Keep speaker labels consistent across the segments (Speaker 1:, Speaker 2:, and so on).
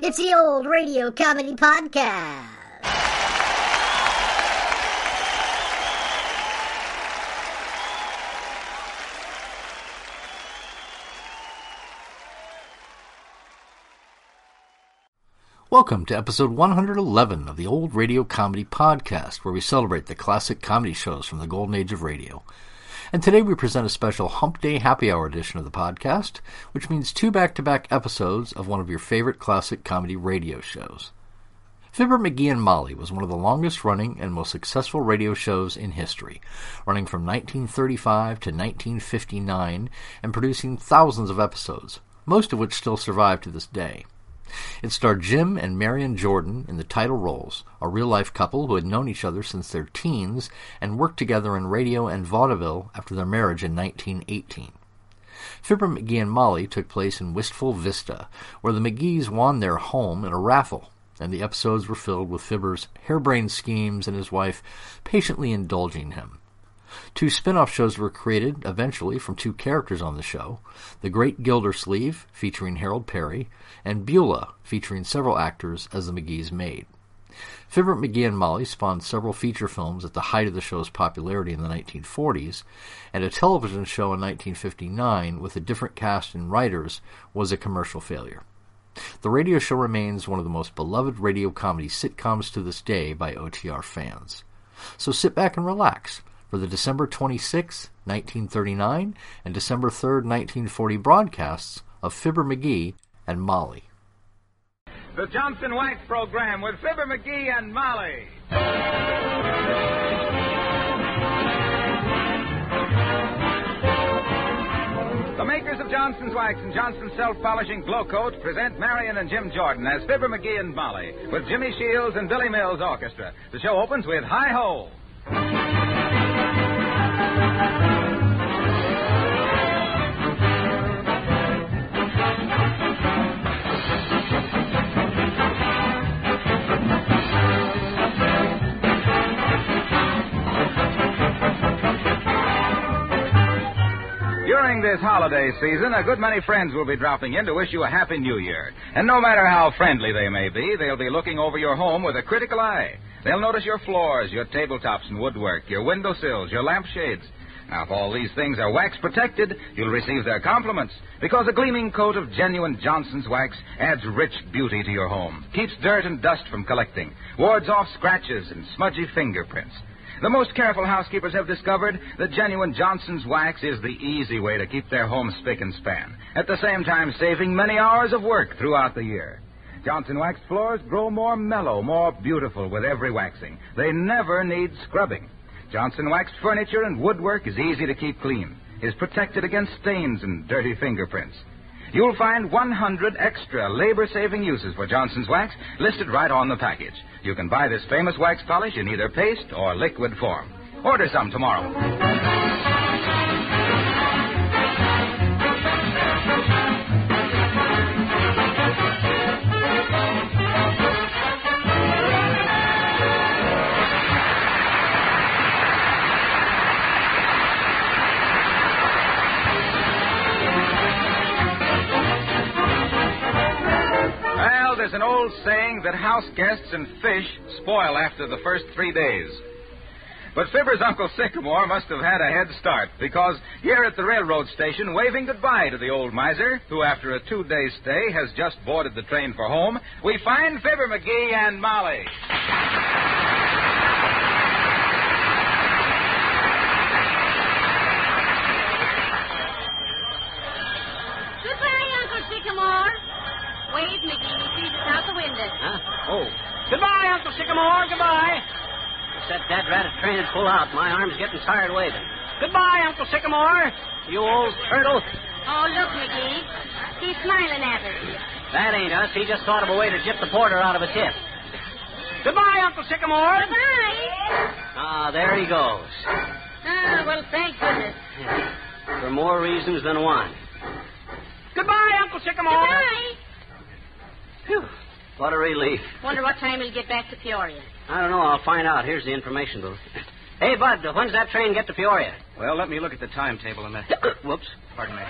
Speaker 1: It's the old radio comedy podcast.
Speaker 2: Welcome to episode 111 of the Old Radio Comedy Podcast, where we celebrate the classic comedy shows from the golden age of radio. And today we present a special Hump Day Happy Hour edition of the podcast, which means two back to back episodes of one of your favorite classic comedy radio shows. Fibber McGee and Molly was one of the longest running and most successful radio shows in history, running from 1935 to 1959 and producing thousands of episodes, most of which still survive to this day. It starred Jim and Marion Jordan in the title roles, a real life couple who had known each other since their teens and worked together in radio and vaudeville after their marriage in 1918. Fibber McGee and Molly took place in Wistful Vista, where the McGees won their home in a raffle, and the episodes were filled with Fibber's harebrained schemes and his wife patiently indulging him. Two spin off shows were created eventually from two characters on the show The Great Gildersleeve, featuring Harold Perry, and Beulah, featuring several actors as the McGee's maid. Fibber McGee and Molly spawned several feature films at the height of the show's popularity in the 1940s, and a television show in 1959 with a different cast and writers was a commercial failure. The radio show remains one of the most beloved radio comedy sitcoms to this day by OTR fans. So sit back and relax for the December 26, 1939, and December 3, 1940 broadcasts of Fibber McGee and Molly.
Speaker 3: The Johnson Wax Program with Fibber McGee and Molly. The makers of Johnson's Wax and Johnson's Self Polishing Glow Coat present Marion and Jim Jordan as Fibber McGee and Molly with Jimmy Shields and Billy Mills Orchestra. The show opens with Hi Ho. During this holiday season, a good many friends will be dropping in to wish you a happy new year. And no matter how friendly they may be, they'll be looking over your home with a critical eye. They'll notice your floors, your tabletops and woodwork, your windowsills, your lampshades. Now, if all these things are wax protected, you'll receive their compliments because a gleaming coat of genuine Johnson's wax adds rich beauty to your home, keeps dirt and dust from collecting, wards off scratches and smudgy fingerprints. The most careful housekeepers have discovered that genuine Johnson's wax is the easy way to keep their home spick and span, at the same time saving many hours of work throughout the year. Johnson wax floors grow more mellow, more beautiful with every waxing. They never need scrubbing. Johnson wax furniture and woodwork is easy to keep clean, is protected against stains and dirty fingerprints. You'll find 100 extra labor saving uses for Johnson's wax listed right on the package. You can buy this famous wax polish in either paste or liquid form. Order some tomorrow. Well, there's an old saying that house guests and fish spoil after the first three days. But Fibber's Uncle Sycamore must have had a head start because here at the railroad station, waving goodbye to the old miser, who after a two day stay has just boarded the train for home, we find Fibber McGee and Molly.
Speaker 4: Goodbye, Uncle Sycamore. Wave, McGee. Sees us out the window.
Speaker 5: Huh? Oh. Goodbye, Uncle Sycamore. Goodbye. Set that ratted train and pull out. My arm's getting tired waiting. Goodbye, Uncle Sycamore. You old turtle.
Speaker 4: Oh, look, McGee. He's smiling at us.
Speaker 5: That ain't us. He just thought of a way to jip the porter out of a tip. Goodbye, Uncle Sycamore.
Speaker 4: Goodbye.
Speaker 5: Ah, there he goes.
Speaker 4: Ah, well, thank goodness.
Speaker 5: For more reasons than one. Goodbye, Uncle Sycamore.
Speaker 4: Goodbye.
Speaker 5: Phew. What a relief.
Speaker 4: Wonder what time he'll get back to Peoria.
Speaker 5: I don't know. I'll find out. Here's the information booth. Hey, Bud, when's that train get to Peoria?
Speaker 6: Well, let me look at the timetable a minute. Whoops. Pardon me. Uh,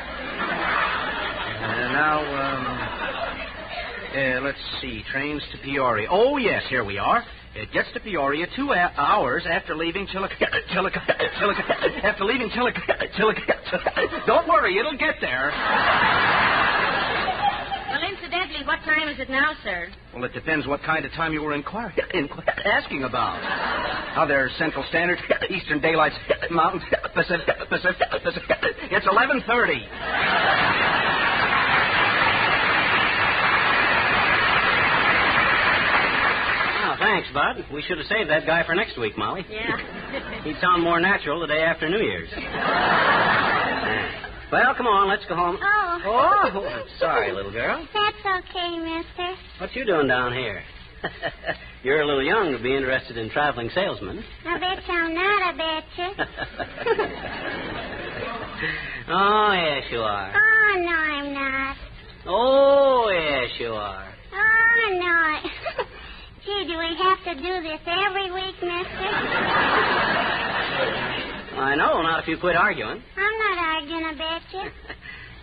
Speaker 6: now, um, uh, let's see. Trains to Peoria. Oh, yes, here we are. It gets to Peoria two a- hours after leaving Chillicothe. Chillicothe. Chillicothe. After leaving Chillicothe. Chillicothe. Don't worry, it'll get there.
Speaker 4: Well, incidentally, what time is it now, sir?
Speaker 6: Well, it depends what kind of time you were inquiring, inqu- asking about. Now there's Central Standard, Eastern Daylights, Mountain, Pacific, Pacific, Pacific. It's eleven thirty.
Speaker 5: Oh, thanks, Bud. We should have saved that guy for next week, Molly.
Speaker 4: Yeah.
Speaker 5: He'd sound more natural the day after New Year's. well, come on, let's go home.
Speaker 7: Oh.
Speaker 5: Oh, I'm sorry, little girl.
Speaker 7: That's okay, mister.
Speaker 5: What you doing down here? You're a little young to be interested in traveling salesmen.
Speaker 7: I bet I'm not, I bet you.
Speaker 5: oh, yes, you are.
Speaker 7: Oh, no, I'm not.
Speaker 5: Oh, yes, you are.
Speaker 7: Oh, no. Gee, do we have to do this every week, mister?
Speaker 5: I know, not if you quit arguing.
Speaker 7: I'm not arguing, I bet you.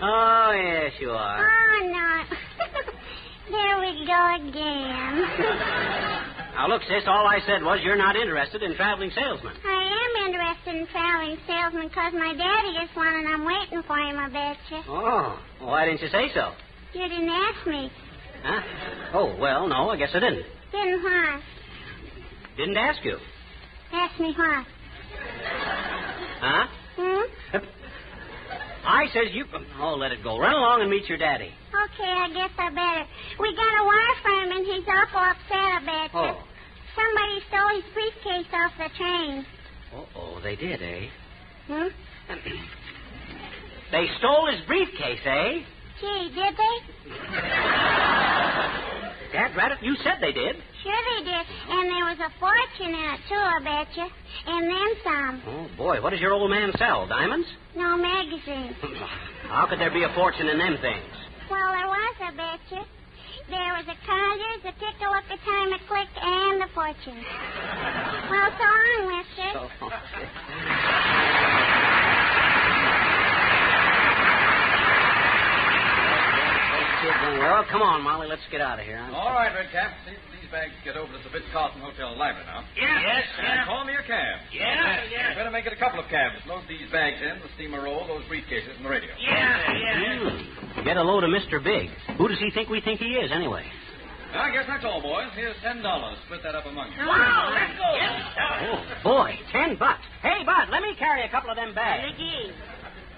Speaker 5: Oh, yes, you are.
Speaker 7: Oh, no. there we go again.
Speaker 5: Now, look, sis, all I said was you're not interested in traveling salesmen.
Speaker 7: I am interested in traveling salesman 'cause my daddy is one and I'm waiting for him, I bet you.
Speaker 5: Oh, well, why didn't you say so?
Speaker 7: You didn't ask me.
Speaker 5: Huh? Oh, well, no, I guess I didn't.
Speaker 7: Didn't why?
Speaker 5: Didn't ask you.
Speaker 7: Ask me why.
Speaker 5: Huh?
Speaker 7: Hmm?
Speaker 5: I says you... Oh, let it go. Run along and meet your daddy.
Speaker 7: Okay, I guess I better. We got a wire from him, and he's awful upset, I bet. you.
Speaker 5: Oh.
Speaker 7: Somebody stole his briefcase off the train.
Speaker 5: Uh-oh, they did, eh?
Speaker 7: Hmm?
Speaker 5: They stole his briefcase, eh?
Speaker 7: Gee, did they?
Speaker 5: Dad Rabbit, you said they did.
Speaker 7: Sure they did. And there was a fortune in it, too, I bet you. And then some.
Speaker 5: Oh, boy, what does your old man sell? Diamonds?
Speaker 7: No magazine.
Speaker 5: How could there be a fortune in them things?
Speaker 7: Well, there was, I bet you. There was a Conyers, a tickle at the time a click, and a fortune. well, so long, mister.
Speaker 5: Oh, well, come on, Molly, let's get out of here.
Speaker 3: All right, Red Cap. These, these bags get over to the Fitzcarlton Hotel library now.
Speaker 5: Yeah. Yes,
Speaker 3: And call me a cab.
Speaker 5: Yeah, yeah.
Speaker 3: Better make it a couple of cabs. Load these bags in, the steamer roll, those briefcases, and the radio.
Speaker 5: Yeah, Hmm. Get a load of Mr. Big. Who does he think we think he is, anyway?
Speaker 3: I guess that's all, boys. Here's ten dollars. Split that up among you.
Speaker 4: Wow, let's go.
Speaker 5: Oh, boy, ten bucks. Hey, Bud, let me carry a couple of them bags.
Speaker 4: McGee,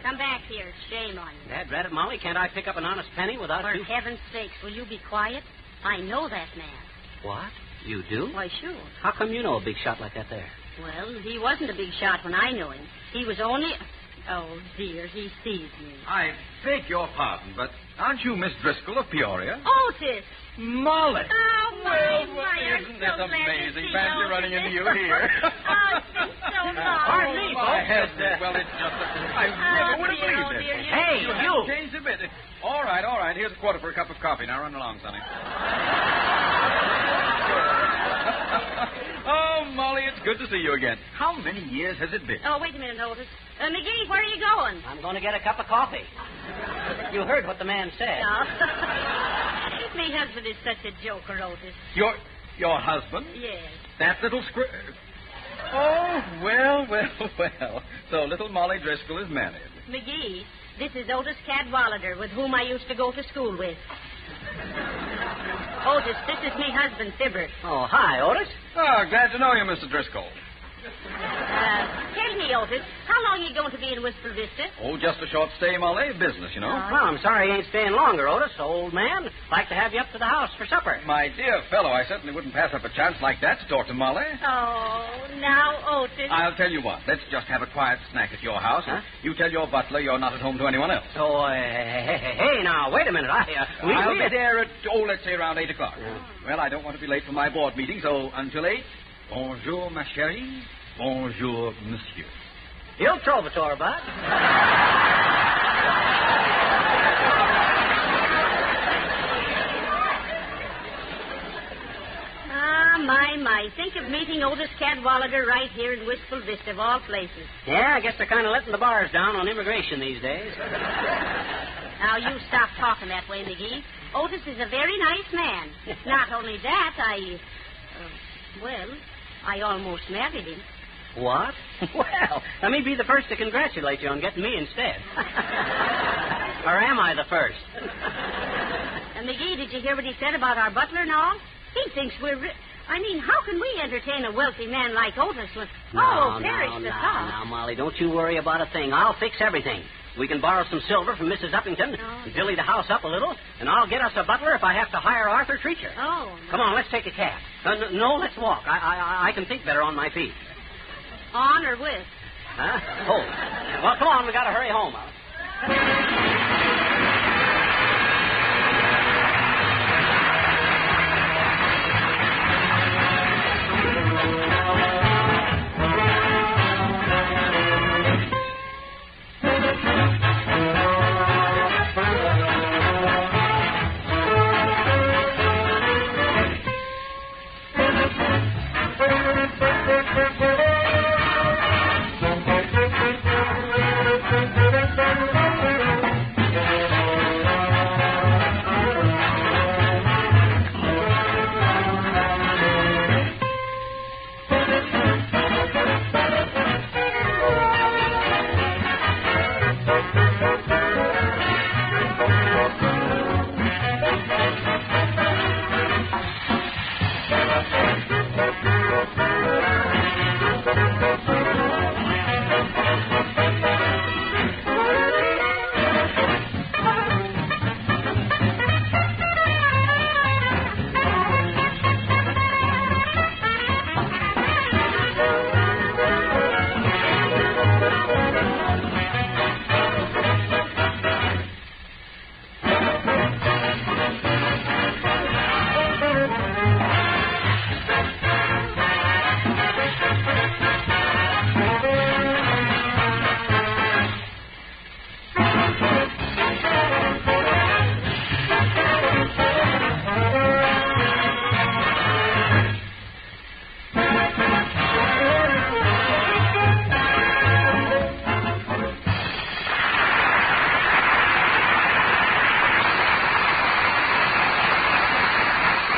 Speaker 4: come back here. Shame on you.
Speaker 5: Dad, Rabbit, Molly, can't I pick up an honest penny without
Speaker 4: For
Speaker 5: you?
Speaker 4: heaven's sakes, will you be quiet? I know that man.
Speaker 5: What? You do?
Speaker 4: Why, sure.
Speaker 5: How come you know a big shot like that there?
Speaker 4: Well, he wasn't a big shot when I knew him. He was only. Oh, dear, he sees me.
Speaker 3: I beg your pardon, but aren't you Miss Driscoll of Peoria?
Speaker 4: Otis!
Speaker 3: Molly!
Speaker 4: Oh, my,
Speaker 3: Well,
Speaker 4: my, I'm
Speaker 3: isn't
Speaker 4: so
Speaker 3: it
Speaker 4: glad to
Speaker 3: amazing?
Speaker 4: see
Speaker 3: Fancy
Speaker 4: you,
Speaker 3: running
Speaker 4: Otis.
Speaker 3: into you here.
Speaker 4: oh, it's been so long.
Speaker 5: Pardon me,
Speaker 3: My
Speaker 5: folks.
Speaker 3: heavens. Well, it's just... I never
Speaker 4: Oh,
Speaker 3: would have
Speaker 4: dear, oh,
Speaker 3: believed
Speaker 4: dear,
Speaker 3: it.
Speaker 4: you-
Speaker 5: Hey,
Speaker 3: You
Speaker 5: you!
Speaker 3: haven't changed a bit. All right, all right. Here's a quarter for a cup of coffee. Now run along, Sonny. oh, Molly, it's good to see you again. How many years has it been?
Speaker 4: Oh, wait a minute, Otis. Uh, McGee, where are you going?
Speaker 5: I'm going to get a cup of coffee. You heard what the man said.
Speaker 4: No. My husband is such a joker, Otis.
Speaker 3: Your your husband?
Speaker 4: Yes.
Speaker 3: That little squir... Oh, well, well, well. So little Molly Driscoll is married.
Speaker 4: McGee, this is Otis Cadwallader, with whom I used to go to school with. Otis, this is my husband, Fibber.
Speaker 5: Oh, hi, Otis.
Speaker 3: Oh, glad to know you, Mr. Driscoll.
Speaker 4: Uh, tell me, Otis, how long are you going to be in Whisper Vista?
Speaker 3: Oh, just a short stay, Molly. Business, you know.
Speaker 5: Well, I'm sorry you ain't staying longer, Otis, old man. Like to have you up to the house for supper.
Speaker 3: My dear fellow, I certainly wouldn't pass up a chance like that to talk to Molly.
Speaker 4: Oh, now, Otis.
Speaker 3: I'll tell you what. Let's just have a quiet snack at your house. and
Speaker 5: Huh?
Speaker 3: You tell your butler you're not at home to anyone else.
Speaker 5: So, uh, hey, hey, hey, now, wait a minute. I, uh, we, Oh.
Speaker 3: I'll
Speaker 5: we-
Speaker 3: be there at, oh, let's say around 8 o'clock. Well, I don't want to be late for my board meeting, so until 8, bonjour, ma chérie. Bonjour, monsieur.
Speaker 5: You'll trovatore, Bud.
Speaker 4: Ah, my, my. Think of meeting Otis Cadwallader right here in Wistful Vista, of all places.
Speaker 5: Yeah, I guess they're kind of letting the bars down on immigration these days.
Speaker 4: Now, you stop talking that way, McGee. Otis is a very nice man. Not only that, I. Uh, well, I almost married him.
Speaker 5: What? Well, let me be the first to congratulate you on getting me instead. or am I the first?
Speaker 4: And, Uh, McGee, did you hear what he said about our butler and all? He thinks we're. Ri- I mean, how can we entertain a wealthy man like Otis with. oh,
Speaker 5: no,
Speaker 4: perish
Speaker 5: no,
Speaker 4: the
Speaker 5: no,
Speaker 4: thought.
Speaker 5: Now, Molly, don't you worry about a thing. I'll fix everything. We can borrow some silver from Mrs. Uppington
Speaker 4: Oh.
Speaker 5: and dilly the house up a little, and I'll get us a butler if I have to hire Arthur Treacher.
Speaker 4: Oh.
Speaker 5: Come on, let's take a cab. Uh, n- no, let's walk. I, I, I- I can think better on my feet.
Speaker 4: On or with?
Speaker 5: Huh? Oh. Well, come on. We got to hurry home. Alice.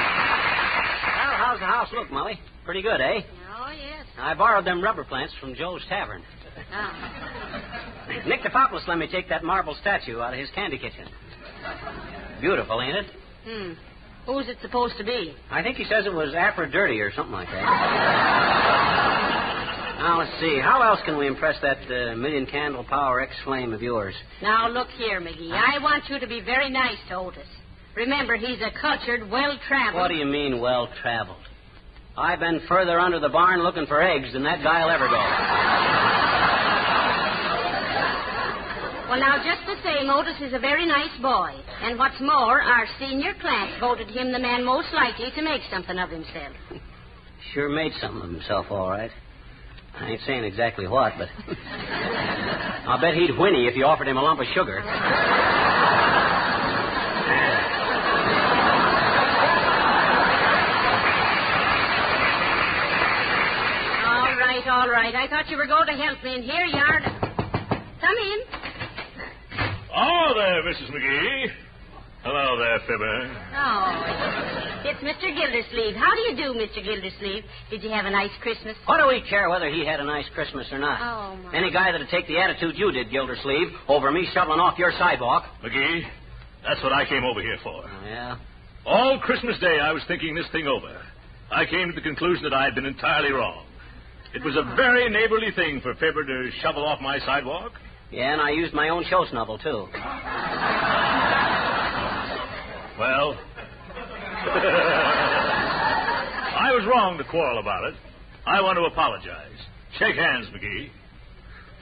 Speaker 5: Well, how's the house look, Molly? Pretty good, eh?
Speaker 4: Oh, yes.
Speaker 5: I borrowed them rubber plants from Joe's Tavern.
Speaker 4: Ah.
Speaker 5: Nick DePopolis let me take that marble statue out of his candy kitchen. Beautiful, ain't it?
Speaker 4: Hmm. Who's it supposed to be?
Speaker 5: I think he says it was Aphrodite or something like that. now, let's see. How else can we impress that uh, million candle power X flame of yours?
Speaker 4: Now, look here, McGee. I want you to be very nice to Otis. Remember, he's a cultured, well traveled.
Speaker 5: What do you mean, well traveled? I've been further under the barn looking for eggs than that guy'll ever go.
Speaker 4: Well, now, just the same, Otis is a very nice boy. And what's more, our senior class voted him the man most likely to make something of himself.
Speaker 5: Sure made something of himself, all right. I ain't saying exactly what, but I'll bet he'd whinny if you offered him a lump of sugar.
Speaker 4: All right, all right. I thought you were going to help me, and here you are. Come in.
Speaker 3: Oh, there, Mrs. McGee. Hello there, Fibber.
Speaker 4: Oh, it's Mr. Gildersleeve. How do you do, Mr. Gildersleeve? Did you have a nice Christmas?
Speaker 5: What do we care whether he had a nice Christmas or not?
Speaker 4: Oh, my.
Speaker 5: Any guy that'd take the attitude you did, Gildersleeve, over me shoveling off your sidewalk.
Speaker 3: McGee, that's what I came over here for.
Speaker 5: Yeah.
Speaker 3: All Christmas Day, I was thinking this thing over. I came to the conclusion that I had been entirely wrong. It was a very neighborly thing for Fibber to shovel off my sidewalk.
Speaker 5: Yeah, and I used my own show snubble, too.
Speaker 3: Well, I was wrong to quarrel about it. I want to apologize. Shake hands, McGee.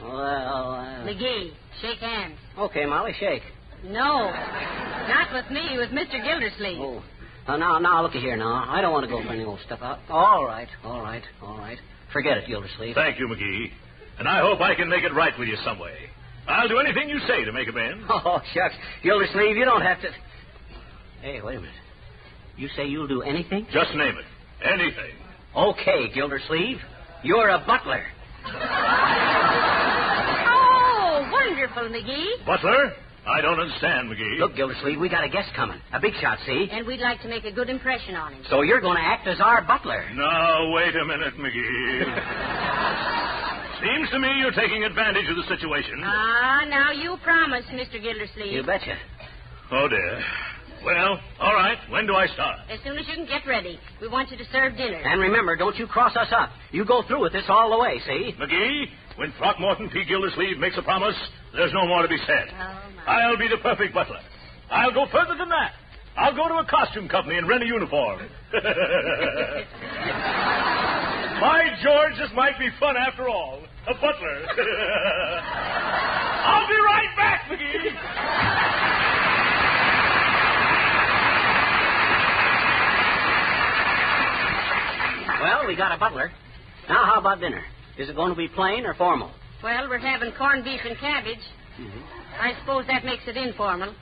Speaker 5: Well,
Speaker 4: McGee, shake hands.
Speaker 5: uh, okay, Molly, shake.
Speaker 4: No, not with me, with Mr. Gildersleeve.
Speaker 5: Oh, uh, now, now, looky here now. I don't want to go for any old stuff out. All right, all right, all right. Forget it, Gildersleeve.
Speaker 3: Thank you, McGee. And I hope I can make it right with you some way. I'll do anything you say to make amends.
Speaker 5: Oh, shucks. Gildersleeve, you don't have to. Hey, wait a minute. You say you'll do anything?
Speaker 3: Just name it. Anything.
Speaker 5: Okay, Gildersleeve. You're a butler.
Speaker 4: Oh, wonderful, McGee.
Speaker 3: Butler? I don't understand, McGee.
Speaker 5: Look, Gildersleeve, we got a guest coming. A big shot, see?
Speaker 4: And we'd like to make a good impression on him.
Speaker 5: So you're going to act as our butler.
Speaker 3: Now, wait a minute, McGee. Seems to me you're taking advantage of the situation.
Speaker 4: Ah, now you promise, Mr. Gildersleeve.
Speaker 5: You betcha.
Speaker 3: Oh, dear. Well, all right. When do I start?
Speaker 4: As soon as you can get ready, we want you to serve dinner.
Speaker 5: And remember, don't you cross us up. You go through with this all the way, see?
Speaker 3: McGee, when Throckmorton P. Gildersleeve makes a promise, there's no more to be said.
Speaker 4: Oh, my.
Speaker 3: I'll be the perfect butler. I'll go further than that. I'll go to a costume company and rent a uniform. My George, this might be fun after all. A butler. I'll be right back, McGee.
Speaker 5: Well, we got a butler. Now, how about dinner? Is it going to be plain or formal?
Speaker 4: Well, we're having corned beef and cabbage.
Speaker 5: Mm-hmm.
Speaker 4: I suppose that makes it informal.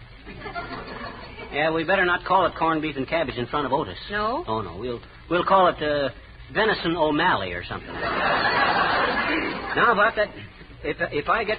Speaker 5: Yeah, we better not call it corned beef and cabbage in front of Otis.
Speaker 4: No?
Speaker 5: Oh no, we'll we'll call it uh, venison O'Malley or something. now about that, if if I get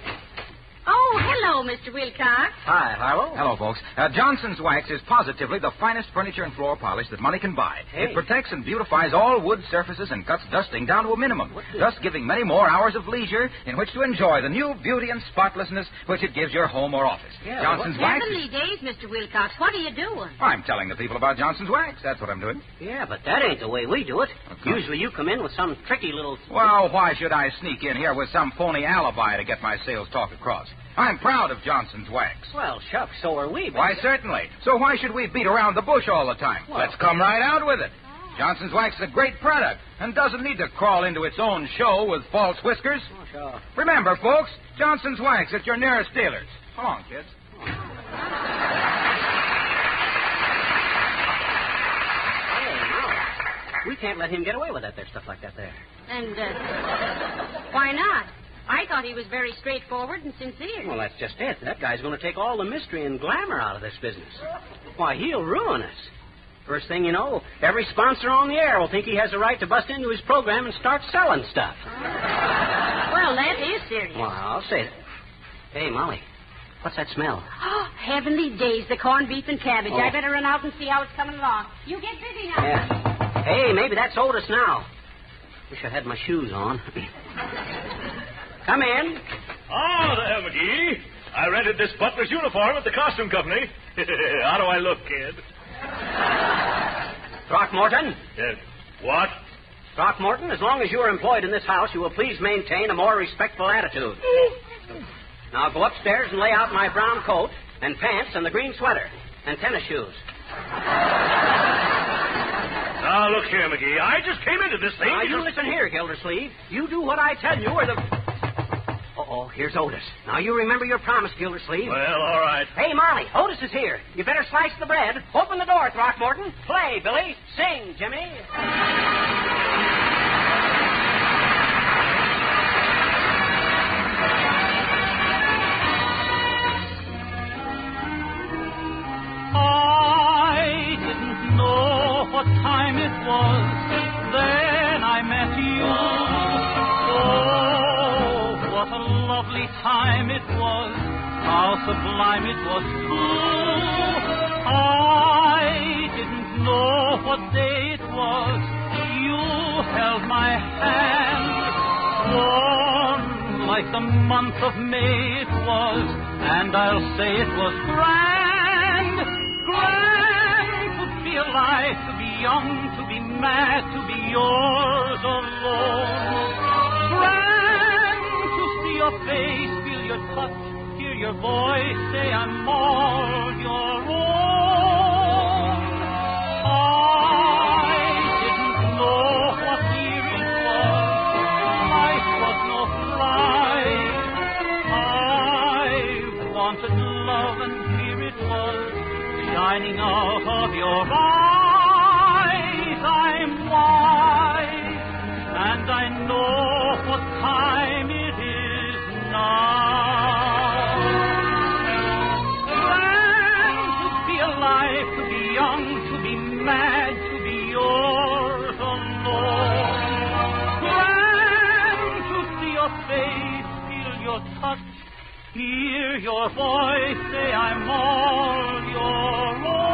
Speaker 4: Oh, hello, Mr. Wilcox.
Speaker 5: hi Harlow.
Speaker 8: Hello, folks. Uh, Johnson's Wax is positively the finest furniture and floor polish that money can buy.
Speaker 5: Hey.
Speaker 8: It protects and beautifies all wood surfaces and cuts dusting down to a minimum, thus giving many more hours of leisure in which to enjoy the new beauty and spotlessness which it gives your home or office.
Speaker 5: Yeah,
Speaker 8: Johnson's Wax. is-
Speaker 4: Heavenly days, Mr. Wilcox. What are you doing?
Speaker 8: I'm telling the people about Johnson's Wax. That's what I'm doing.
Speaker 5: Yeah, but that ain't the way we do it.
Speaker 8: Okay.
Speaker 5: Usually you come in with some tricky little.
Speaker 8: Well, why should I sneak in here with some phony alibi to get my sales talk across? I'm proud of Johnson's Wax.
Speaker 5: Well, shucks, so are we. But
Speaker 8: Why, certainly. So why should we beat around the bush all the time?
Speaker 5: Well-
Speaker 8: Let's come right out with it. Johnson's Wax is a great product and doesn't need to crawl into its own show with false whiskers.
Speaker 5: Oh, sure.
Speaker 8: Remember, folks, Johnson's Wax at your nearest dealer's. Come on, kids.
Speaker 5: Hey, no. We can't let him get away with that there stuff like that there.
Speaker 4: And uh, why not? I thought he was very straightforward and sincere.
Speaker 5: Well, that's just it. That guy's going to take all the mystery and glamour out of this business. Why, he'll ruin us. First thing you know, every sponsor on the air will think he has a right to bust into his program and start selling stuff.
Speaker 4: Well, that is serious.
Speaker 5: Well, I'll say that. Hey, Molly, what's that smell?
Speaker 4: Oh, Heavenly days, the corned beef and cabbage.
Speaker 5: Oh.
Speaker 4: I better run out and see how it's coming along. You get busy now.
Speaker 5: Yeah. Hey, maybe that's Otis now. Wish I had my shoes on. Come in.
Speaker 3: Oh, there, McGee. I rented this butler's uniform at the costume company. How do I look, kid?
Speaker 5: Throckmorton.
Speaker 3: Yes. Uh, What?
Speaker 5: Throckmorton, as long as you are employed in this house, you will please maintain a more respectful attitude. now go upstairs and lay out my brown coat and pants and the green sweater and tennis shoes.
Speaker 3: Now, Ah, look here, McGee. I just came into this thing. to
Speaker 5: Now, Ah, you
Speaker 3: just-
Speaker 5: listen here, Gildersleeve. You do what I tell you, or the. Uh-oh, here's Otis. Now, you remember your promise, Gildersleeve.
Speaker 3: Well, all right.
Speaker 5: Hey, Molly, Otis is here. You better slice the bread. Open the door, Throckmorton. Play, Billy. Sing, Jimmy.
Speaker 9: I didn't know what time it was. Then I met you. Oh, what a lovely time it was. How sublime it was, too. I didn't know what day it was. You held my hand. Warm like the month of May it was. And I'll say it was grand grand to be alive, to be young, to be mad, to be yours alone. Grand to see your face, feel your touch, hear your voice, say I'm all your own. I didn't know what year it was. Life was no flight. I wanted love, and here it was, shining out of your eyes. I'm wise, and I know what time it is now. Grand to be alive, to be young, to be mad, to be yours alone. face, feel your touch, hear your voice, say I'm all your own.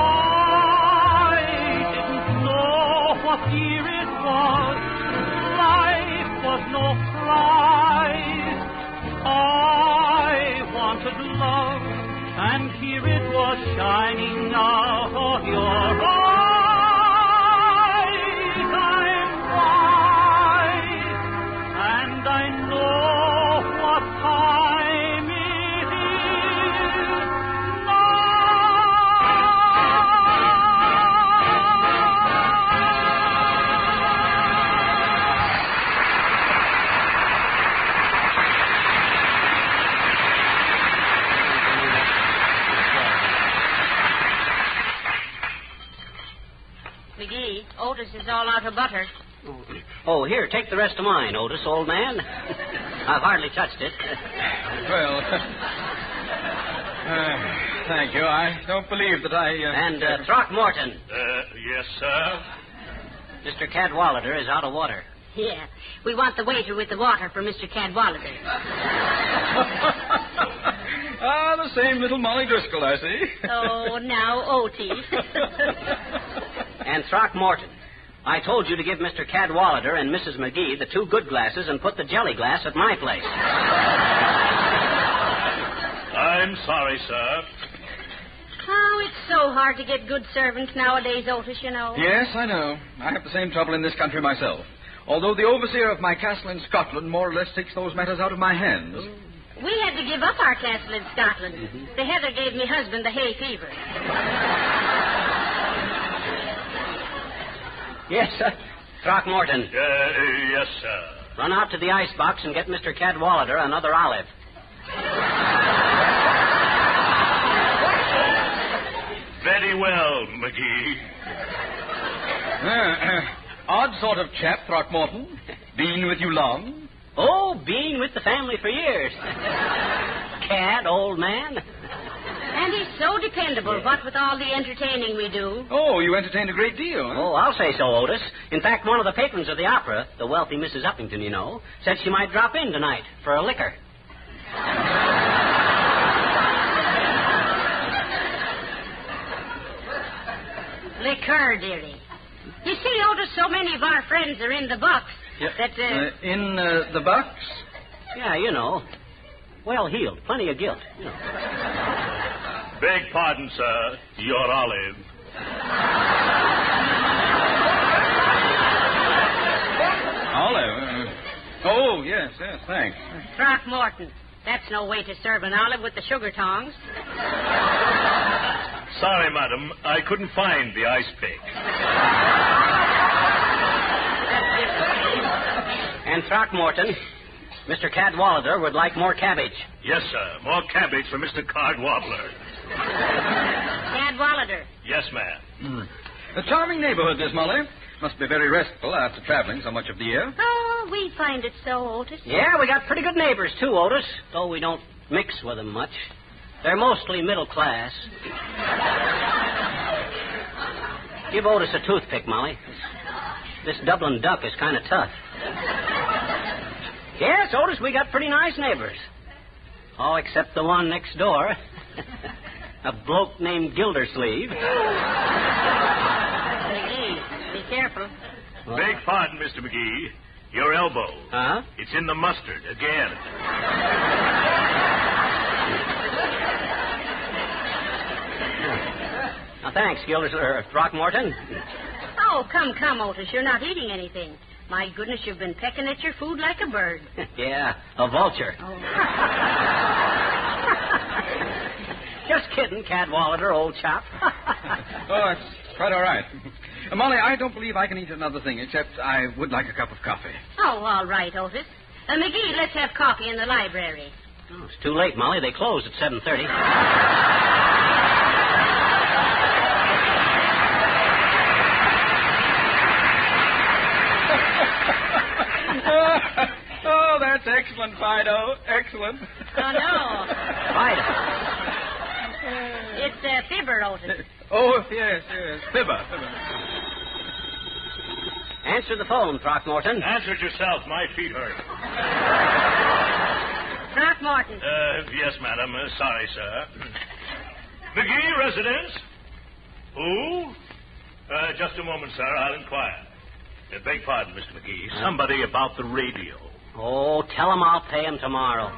Speaker 9: I didn't know what fear it was. Life was no prize. I wanted love, and here it was shining out of your eyes. I'm wise, and I know what time it is now.
Speaker 4: McGee, Otis is all out of butter.
Speaker 5: Oh, here, take the rest of mine, Otis, old man. I've hardly touched it.
Speaker 8: Well, uh, thank you. I don't believe that I. Uh,
Speaker 5: And uh, Throckmorton,
Speaker 3: Uh, yes, sir.
Speaker 5: Mr. Cadwallader is out of water.
Speaker 4: Yeah, we want the waiter with the water for Mr. Cadwallader.
Speaker 8: ah, the same little Molly Driscoll, I see.
Speaker 4: Oh, now Otis.
Speaker 5: And Throckmorton, I told you to give Mr. Cadwallader and Mrs. McGee the two good glasses and put the jelly glass at my place.
Speaker 3: I'm sorry, sir.
Speaker 4: Oh, it's so hard to get good servants nowadays, Otis, you know.
Speaker 8: Yes, I know. I have the same trouble in this country myself. Although the overseer of my castle in Scotland more or less takes those matters out of my hands.
Speaker 4: We had to give up our castle in Scotland.
Speaker 8: Mm-hmm.
Speaker 4: The Heather gave me husband the hay fever.
Speaker 5: Yes, sir. Throckmorton,
Speaker 3: Uh, yes, sir.
Speaker 5: run out to the icebox and get Mr. Cadwallader another olive.
Speaker 3: Very well, McGee.
Speaker 8: Uh, odd sort of chap, Throckmorton. Been with you long?
Speaker 5: Oh, being with the family for years. Cad, old man.
Speaker 4: And he's so dependable, what with all the entertaining we do.
Speaker 8: Oh, you entertained a great deal. huh?
Speaker 5: Oh, I'll say so, Otis. In fact, one of the patrons of the opera, the wealthy Mrs. Uppington, you know, said she might drop in tonight for a liquor.
Speaker 4: Liqueur, dearie. You see, Otis, so many of our friends are in the bucks that, uh,
Speaker 8: Uh, in uh, the box?
Speaker 5: Yeah, you know. Well healed, plenty of guilt. You know.
Speaker 3: Beg pardon, sir. Your olive.
Speaker 8: Olive. uh, oh, yes, yes, thanks.
Speaker 4: Throckmorton. That's no way to serve an olive with the sugar tongs.
Speaker 3: Sorry, madam. I couldn't find the ice pick.
Speaker 5: And Throckmorton, Mr. Cadwallader would like more cabbage.
Speaker 3: Yes, sir. More cabbage for Mr. Card Wobbler.
Speaker 4: Cadwallader.
Speaker 3: Yes, ma'am.
Speaker 8: A charming neighborhood, this, Molly. Must be very restful after traveling so much of the year.
Speaker 4: Oh, we find it so, Otis.
Speaker 5: Yeah, we got pretty good neighbors, too, Otis, though we don't mix with them much. They're mostly middle class. Give Otis a toothpick, Molly. This Dublin duck is kind of tough. Yes, Otis, we got pretty nice neighbors. Oh, except the one next door. a bloke named Gildersleeve.
Speaker 4: McGee, be careful.
Speaker 3: Beg pardon, Mr. McGee. Your elbow.
Speaker 5: Huh?
Speaker 3: It's in the mustard again.
Speaker 5: Now, thanks, Gildersleeve, or Throckmorton.
Speaker 4: Oh, come, come, Otis. You're not eating anything. My goodness, you've been pecking at your food like a bird.
Speaker 5: yeah, a vulture. Just kidding, Cadwallader, old chap.
Speaker 8: Oh, it's quite all right. Uh, Molly, I don't believe I can eat another thing, except I would like a cup of coffee.
Speaker 4: Oh, all right, Otis. Uh, McGee, let's have coffee in the library.
Speaker 5: Oh, it's too late, Molly. They close at seven thirty.
Speaker 8: oh, that's excellent, Fido. Excellent.
Speaker 4: Oh, no.
Speaker 5: Right.
Speaker 4: It's uh, fibber, Otis.
Speaker 8: Oh, yes, yes. Fibber. Fibber.
Speaker 5: Answer the phone, Throckmorton.
Speaker 3: Answer it yourself. My feet hurt.
Speaker 4: Throckmorton.
Speaker 3: Uh, yes, madam. Uh, sorry, sir. McGee residence? Who? Uh, just a moment, sir. I'll inquire. Uh, beg pardon, Mr. McGee. Somebody about the radio.
Speaker 5: Oh, tell him I'll pay him tomorrow.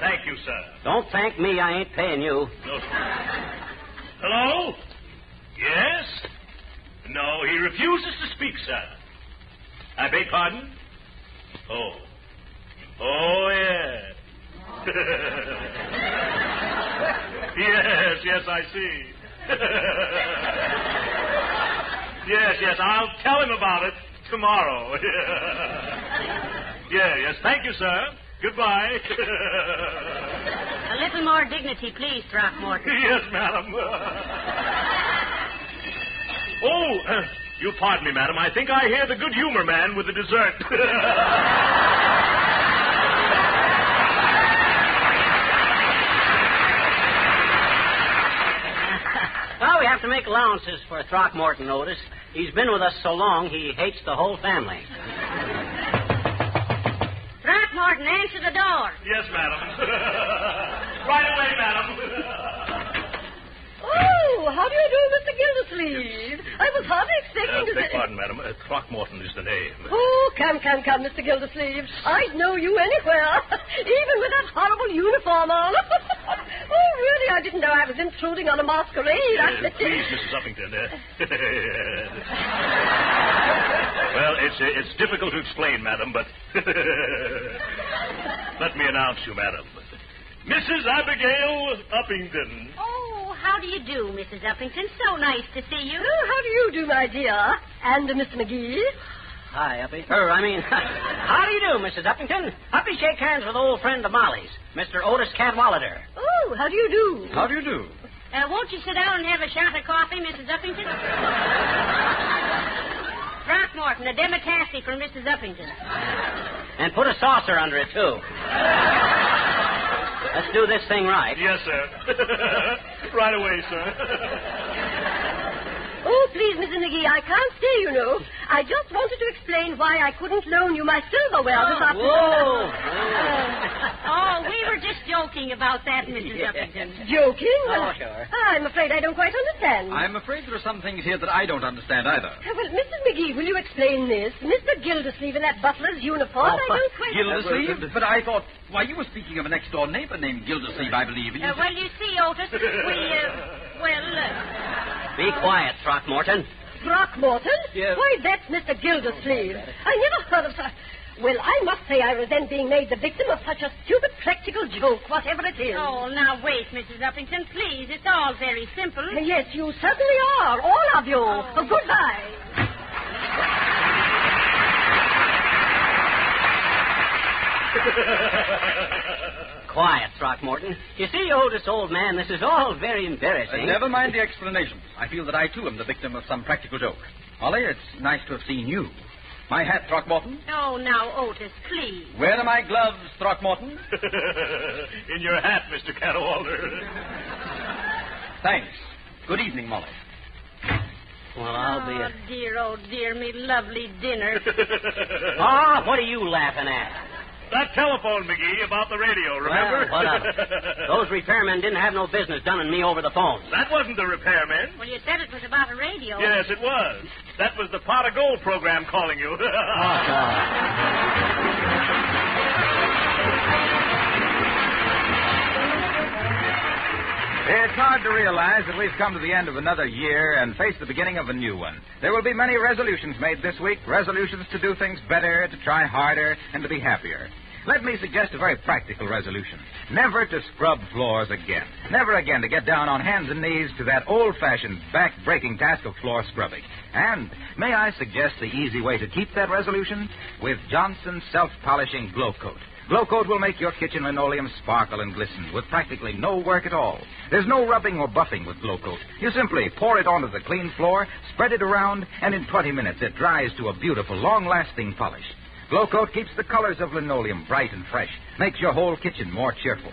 Speaker 3: Thank you, sir.
Speaker 5: Don't thank me. I ain't paying you.
Speaker 3: No, sir. Hello? Yes? No, he refuses to speak, sir. I beg pardon? Oh. Oh, yeah. yes, yes, I see. yes, yes, I'll tell him about it tomorrow. yeah, yes, thank you, sir. Goodbye.
Speaker 4: A little more dignity, please, Throckmorton.
Speaker 3: yes, madam. oh, uh, you pardon me, madam. I think I hear the good humor man with the dessert.
Speaker 5: Well, we have to make allowances for Throckmorton, Otis. He's been with us so long, he hates the whole family.
Speaker 4: Throckmorton, answer the door.
Speaker 3: Yes, madam. right away, madam.
Speaker 10: Oh, how do you do, Mr. Gildersleeve? I was hardly
Speaker 3: Uh,
Speaker 10: expecting to
Speaker 3: beg
Speaker 10: see...
Speaker 3: pardon, madam. Uh, Throckmorton is the name.
Speaker 10: Oh, come, come, come, Mr. Gildersleeve. I'd know you anywhere, even with that horrible uniform on. oh, really, I didn't know I was intruding on a masquerade.
Speaker 3: Uh,
Speaker 10: I-
Speaker 3: please, Mrs. Uppington. Uh, well, it's uh, it's difficult to explain, madam, but let me announce you, madam. Mrs. Abigail Uppington.
Speaker 4: Oh, how do you do, Mrs. Uppington? So nice to see you.
Speaker 10: Oh, how do you do, my dear? And uh, Mr. McGee?
Speaker 5: Hi, Uppy. Er, I mean, how do you do, Mrs. Uppington? Uppy, shake hands with old friend of Molly's, Mr. Otis Cadwallader.
Speaker 10: Oh, how do you do?
Speaker 5: How do you do?
Speaker 4: Uh, won't you sit down and have a shot of coffee, Mrs. Uppington? Throckmorton, a democracy for Mrs. Uppington.
Speaker 5: And put a saucer under it, too. Let's do this thing right.
Speaker 3: Yes, sir. right away, sir.
Speaker 10: Oh, please, Mrs. McGee, I can't stay, you know. I just wanted to explain why I couldn't loan you my silverware this afternoon.
Speaker 4: Oh, we were just joking about that, Mrs.
Speaker 5: Yeah.
Speaker 4: Uppington.
Speaker 10: Joking?
Speaker 5: Oh,
Speaker 10: Well,
Speaker 5: sure.
Speaker 10: I'm afraid I don't quite understand.
Speaker 11: I'm afraid there are some things here that I don't understand either.
Speaker 10: Well, Mrs. McGee, will you explain this? Mr. Gildersleeve in that butler's uniform? I don't quite...
Speaker 11: Gildersleeve? But I thought, why, you were speaking of a next door neighbor named Gildersleeve, I believe. and you
Speaker 4: Uh, well, you see, Otis, we, uh, well, uh,
Speaker 5: Be quiet, Throckmorton.
Speaker 10: Throckmorton?
Speaker 11: Yes.
Speaker 10: Why, that's Mr. Gildersleeve. I never heard of such... Well, I must say I resent being made the victim of such a stupid practical joke, whatever it is.
Speaker 4: oh, now wait, Mrs. Uppington, please. It's all very simple.
Speaker 10: Yes, you certainly are, all of you. Oh, goodbye.
Speaker 5: Quiet, Throckmorton. You see, Otis, old man, this is all very
Speaker 11: Uh,
Speaker 5: embarrassing.
Speaker 11: never mind the explanations. I feel that I, too, am the victim of some practical joke. Molly, it's nice to have seen you. My hat, Throckmorton.
Speaker 4: Oh, now, Otis, please.
Speaker 11: Where are my gloves, Throckmorton?
Speaker 3: In your hat, Mr. Cadwallader.
Speaker 11: Thanks. Good evening, Molly.
Speaker 5: Well, I'll be.
Speaker 4: oh,
Speaker 5: A...
Speaker 4: dear, oh, dear, me lovely dinner.
Speaker 5: Ah, what are you laughing at?
Speaker 3: That telephone, McGee, about the radio, remember?
Speaker 5: Well, what of it? Those repairmen didn't have no business dunning me over the phone.
Speaker 3: That wasn't the repairman.
Speaker 4: well, you said it was about a radio.
Speaker 3: Yes, it was. That was the pot of gold program calling you.
Speaker 5: Ah.
Speaker 8: It's hard to realize that we've come to the end of another year and face the beginning of a new one. There will be many resolutions made this week resolutions to do things better, to try harder, and to be happier. Let me suggest a very practical resolution. Never to scrub floors again. Never again to get down on hands and knees to that old fashioned, back breaking task of floor scrubbing. And may I suggest the easy way to keep that resolution? With Johnson's self polishing glow coat. Glow Coat will make your kitchen linoleum sparkle and glisten with practically no work at all. There's no rubbing or buffing with Glow Coat. You simply pour it onto the clean floor, spread it around, and in 20 minutes it dries to a beautiful, long lasting polish. Glow Coat keeps the colors of linoleum bright and fresh, makes your whole kitchen more cheerful.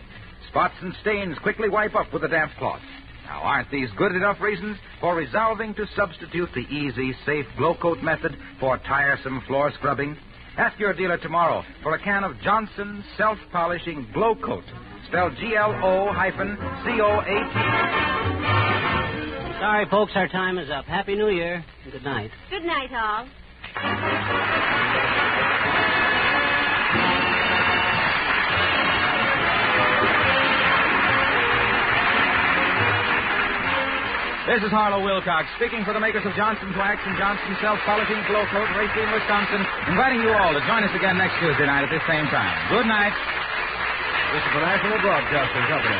Speaker 8: Spots and stains quickly wipe up with a damp cloth. Now, aren't these good enough reasons for resolving to substitute the easy, safe glow coat method for tiresome floor scrubbing? Ask your dealer tomorrow for a can of Johnson Self Polishing Glow Coat, spelled G L O hyphen C O A T.
Speaker 5: Sorry, folks, our time is up. Happy New Year. and Good night.
Speaker 4: Good night, all.
Speaker 8: This is Harlow Wilcox speaking for the makers of Johnson's Wax and Johnson's Self Polishing Glow Coat, Racine, Wisconsin, inviting you all to join us again next Tuesday night at this same time. Good night. This is the National Broadcasting Company.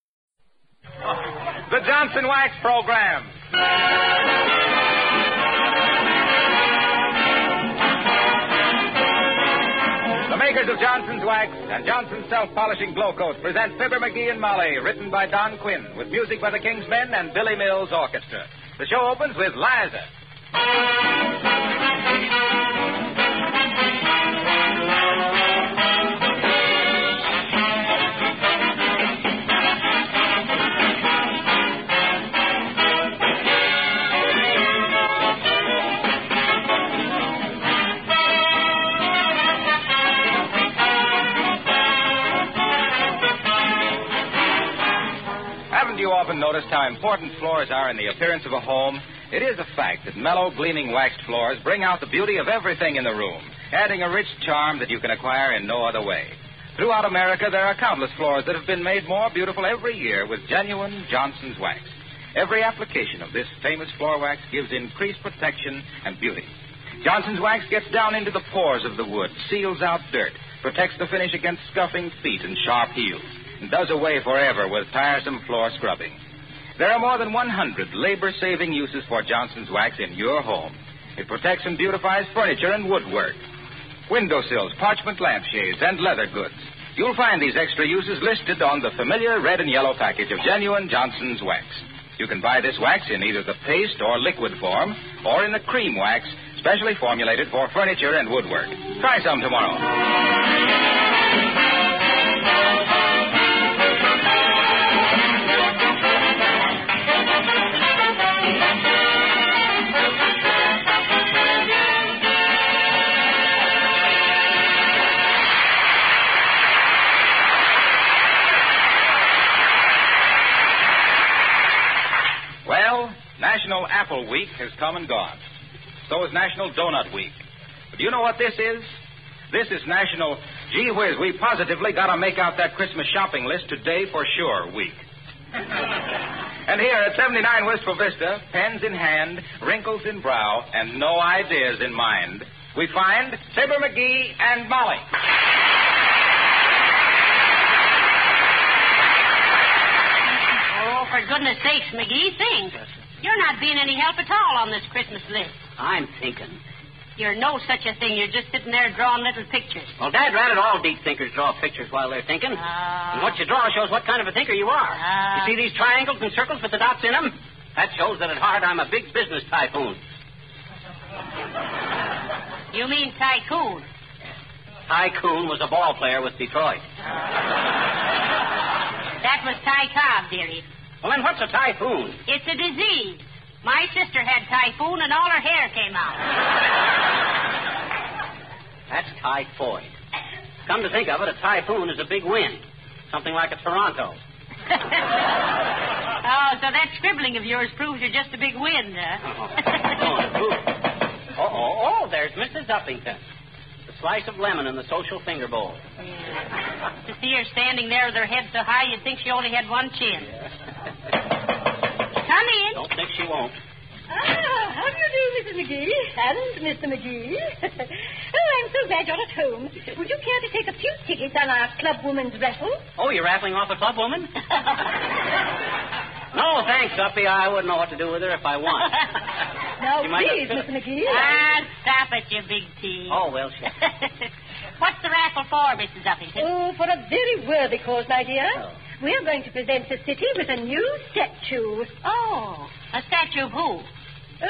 Speaker 8: The Johnson Wax Program. The makers of Johnson's Wax and Johnson's Self Polishing Glow Coat present Fibber McGee and Molly, written by Don Quinn, with music by the King's Men and Billy Mills Orchestra. The show opens with Liza. Haven't you often noticed how important floors are in the appearance of a home? It is a fact that mellow, gleaming waxed floors bring out the beauty of everything in the room, adding a rich charm that you can acquire in no other way. Throughout America, there are countless floors that have been made more beautiful every year with genuine Johnson's wax. Every application of this famous floor wax gives increased protection and beauty. Johnson's wax gets down into the pores of the wood, seals out dirt, protects the finish against scuffing feet and sharp heels, and does away forever with tiresome floor scrubbing. There are more than 100 labor saving uses for Johnson's wax in your home. It protects and beautifies furniture and woodwork, windowsills, parchment lampshades, and leather goods. You'll find these extra uses listed on the familiar red and yellow package of genuine Johnson's wax. You can buy this wax in either the paste or liquid form, or in a cream wax specially formulated for furniture and woodwork. Try some tomorrow. Well, National Apple Week has come and gone. So is National Donut Week. But do you know what this is? This is National Gee Whiz, we positively gotta make out that Christmas shopping list today for sure week. and here at 79 Wistful Vista, pens in hand, wrinkles in brow, and no ideas in mind, we find Saber McGee and Molly.
Speaker 4: Oh, for goodness sakes, McGee, think. You're not being any help at all on this Christmas list.
Speaker 5: I'm thinking.
Speaker 4: You're no such a thing. You're just sitting there drawing little pictures.
Speaker 5: Well, Dad, rather all deep thinkers draw pictures while they're thinking.
Speaker 4: Uh,
Speaker 5: and what you draw shows what kind of a thinker you are.
Speaker 4: Ah.
Speaker 5: you see these triangles and circles with the dots in them? That shows that at heart I'm a big business tycoon.
Speaker 4: You mean tycoon.
Speaker 5: Tycoon was a ball player with Detroit.
Speaker 4: That was Ty Cobb, dearie.
Speaker 5: Well, then what's a typhoon?
Speaker 4: It's a disease. My sister had typhoon and all her hair came out.
Speaker 5: That's typhoid. Come to think of it, a typhoon is a big wind. Something like a Toronto.
Speaker 4: oh, so that scribbling of yours proves you're just a big wind, huh?
Speaker 5: Oh, oh, oh, there's Mrs. Uppington. The slice of lemon in the social finger bowl.
Speaker 4: to see her standing there with her head so high, you'd think she only had one chin. Come in.
Speaker 5: Don't think she won't.
Speaker 10: Ah, how do you do, Mrs. McGee? And Mr. McGee? oh, I'm so glad you're at home. Would you care to take a few tickets on our club woman's raffle?
Speaker 5: Oh, you're raffling off a club woman? no, thanks, Uppy. I wouldn't know what to do with her if I won.
Speaker 10: Now,
Speaker 5: You might
Speaker 10: please,
Speaker 5: not-
Speaker 10: Mr. McGee.
Speaker 4: Ah, stop it, you big tease.
Speaker 5: oh, well, sure.
Speaker 4: What's the raffle for, Mrs. Uppington?
Speaker 10: Oh, for a very worthy cause, my dear. We're going to present the city with a new statue.
Speaker 4: Oh, a statue of who?
Speaker 10: Uh,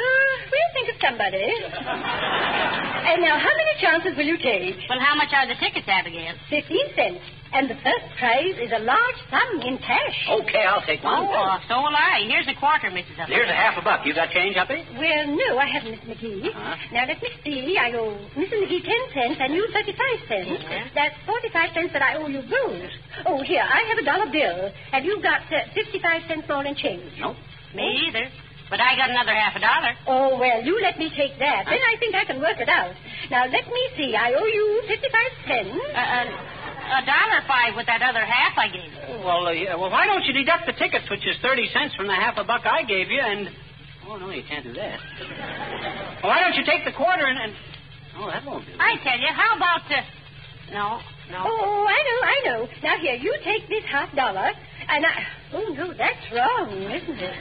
Speaker 10: we'll think of somebody. and now, how many chances will you take?
Speaker 4: Well, how much are the tickets, Abigail?
Speaker 10: Fifteen cents. And the first prize is a large sum in cash.
Speaker 5: Okay, I'll take one.
Speaker 4: Oh, uh, so will I. Here's a quarter, Mrs. Uppington.
Speaker 5: Here's a half a buck. You got change, Uppy?
Speaker 10: Well, no, I haven't, Miss McGee. Now, let me see. I owe Mrs. McGee ten cents and you thirty-five cents. That's forty-five cents that I owe you both. Oh, here, I have a dollar bill. Have you got uh, fifty-five cents more in change?
Speaker 5: Nope.
Speaker 4: Me either. But I got another half a dollar.
Speaker 10: Oh, well, you let me take that. Then I think I can work it out. Now, let me see. I owe you 55 cents.
Speaker 4: Uh, uh, a dollar five with that other half I gave you.
Speaker 5: Well, uh, yeah, well, why don't you deduct the tickets, which is 30 cents from the half a buck I gave you, and. Oh, no, you can't do that. why don't you take the quarter and. and... Oh, that won't do.
Speaker 4: I tell you, how about uh, no, no.
Speaker 10: Oh, I know, I know. Now, here, you take this half dollar, and I... Oh, no, that's wrong, isn't it?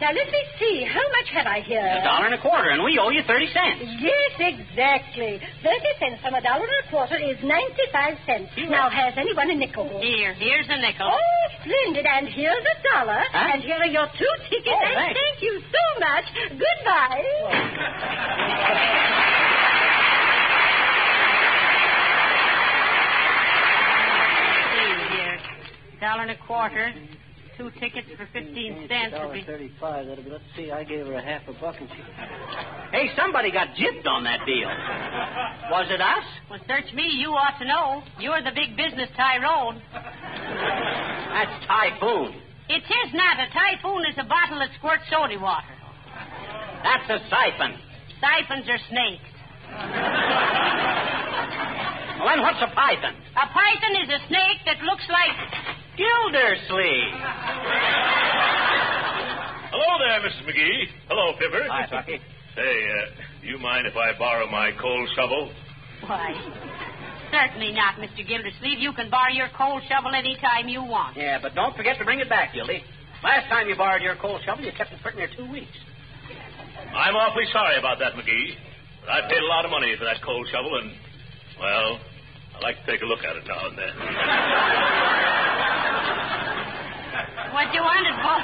Speaker 10: Now, let me see. How much have I here?
Speaker 5: A dollar and a quarter, and we owe you 30 cents.
Speaker 10: Yes, exactly. 30 cents from a dollar and a quarter is 95 cents. Now, has anyone a nickel?
Speaker 4: Here, here's a nickel.
Speaker 10: Oh, splendid. And here's a dollar. And here are your two tickets.
Speaker 5: Oh,
Speaker 10: and
Speaker 5: thanks.
Speaker 10: thank you so much. Goodbye.
Speaker 4: See here, dollar and a quarter, two tickets for fifteen cents. would be-
Speaker 5: thirty-five. That'll be. Let's see. I gave her a half a buck, and she. Hey, somebody got gypped on that deal. Was it us?
Speaker 4: Well, search me. You ought to know. You're the big business Tyrone.
Speaker 5: That's typhoon.
Speaker 4: It is not a typhoon. It's a bottle that squirts soda water.
Speaker 5: That's a siphon.
Speaker 4: Siphons are snakes.
Speaker 5: Well, then what's a python?
Speaker 4: A python is a snake that looks like.
Speaker 5: Gildersleeve.
Speaker 3: Hello there, Mrs. McGee. Hello, Pipper.
Speaker 5: Hi, Bucky.
Speaker 3: Say, uh, do you mind if I borrow my coal shovel?
Speaker 4: Why? Certainly not, Mr. Gildersleeve. You can borrow your coal shovel any time you want.
Speaker 5: Yeah, but don't forget to bring it back, Gildy. Last time you borrowed your coal shovel, you kept it sitting there two weeks.
Speaker 3: I'm awfully sorry about that, McGee. But I paid a lot of money for that coal shovel, and, well, I like to take a look at it now and then.
Speaker 4: What you want it for?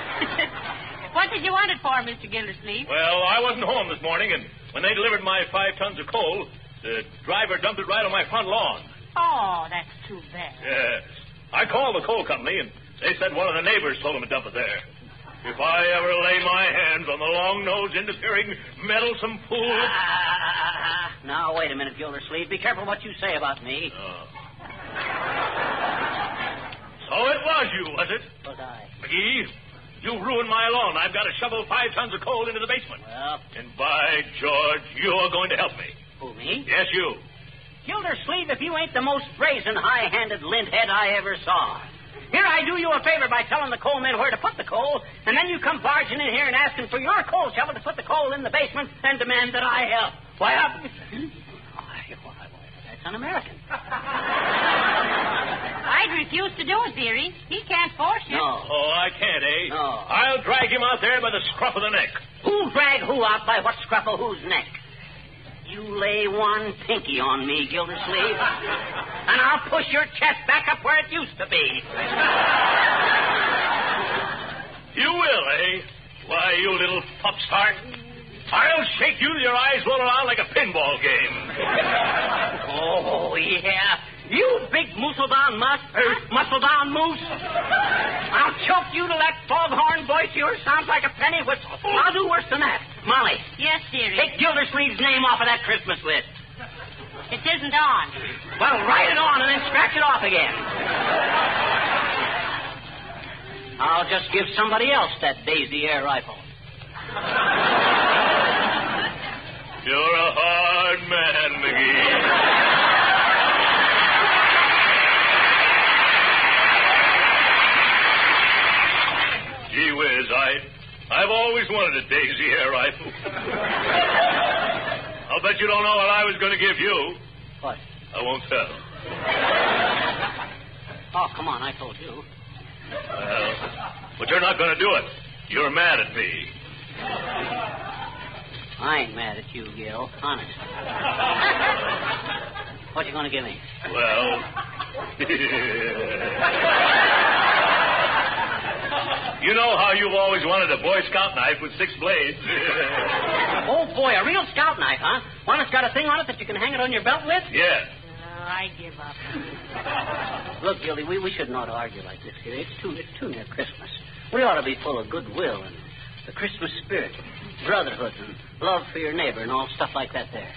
Speaker 4: what did you want it for, Mr. Gildersleeve?
Speaker 3: Well, I wasn't home this morning, and when they delivered my five tons of coal, the driver dumped it right on my front lawn.
Speaker 4: Oh, that's too bad.
Speaker 3: Yes. I called the coal company, and they said one of the neighbors told them to dump it there. If I ever lay my hands on the long-nosed, interfering, meddlesome fool.
Speaker 5: Ah, Now, wait a minute, Gildersleeve. Be careful what you say about me.
Speaker 3: Oh. So it was you, was it?
Speaker 5: But I.
Speaker 3: McGee, you ruined my lawn. I've got to shovel five tons of coal into the basement.
Speaker 5: Well,
Speaker 3: And by George, you're going to help me.
Speaker 5: who, me?
Speaker 3: Yes, you.
Speaker 5: Gildersleeve, if you ain't the most brazen, high-handed linthead I ever saw. Here I do you a favor by telling the coal men where to put the coal, and then you come barging in here and asking for your coal shovel to put the coal in the basement and demand that I help. Why, up? Why, why, why, that's un-American.
Speaker 4: I'd refuse to do it, dearie. He can't force you.
Speaker 5: No.
Speaker 3: Oh, I can't, eh?
Speaker 5: No.
Speaker 3: I'll drag him out there by the scruff of the neck.
Speaker 5: Who drag who out by what scruff of whose neck? You lay one pinky on me, Gildersleeve, and I'll push your chest back up where it used to be.
Speaker 3: You will, eh? Why, you little popstar. I'll shake you till your eyes roll around like a pinball game.
Speaker 5: Oh, yeah. You big muscle-down mus- er, muscle-down moose. I'll choke you to that foghorn voice of yours sounds like a penny whistle. I'll do worse than that. Molly,
Speaker 4: Yes, dearie.
Speaker 5: take Gildersleeve's name off of that Christmas list.
Speaker 4: It isn't on.
Speaker 5: Well, write it on and then scratch it off again. I'll just give somebody else that Daisy air rifle.
Speaker 3: You're a hard man, McGee. Gee whiz, I, I I've always wanted a daisy hair rifle. I'll bet you don't know what I was going to give you.
Speaker 5: What?
Speaker 3: I won't tell.
Speaker 5: Oh, come on, I told you.
Speaker 3: Well, but you're not going to do it. You're mad at me.
Speaker 5: I ain't mad at you, Gil. Honest. What you gonna give me?
Speaker 3: Well. you know how you've always wanted a Boy Scout knife with six blades.
Speaker 5: Oh boy, a real scout knife, huh? One that's got a thing on it that you can hang it on your belt with?
Speaker 3: yes.
Speaker 4: Oh, I give up.
Speaker 5: Look, Gildy, we, we shouldn't ought to argue like this here. It's too, it's too near Christmas. We ought to be full of goodwill and the Christmas spirit, brotherhood and love for your neighbor and all stuff like that there.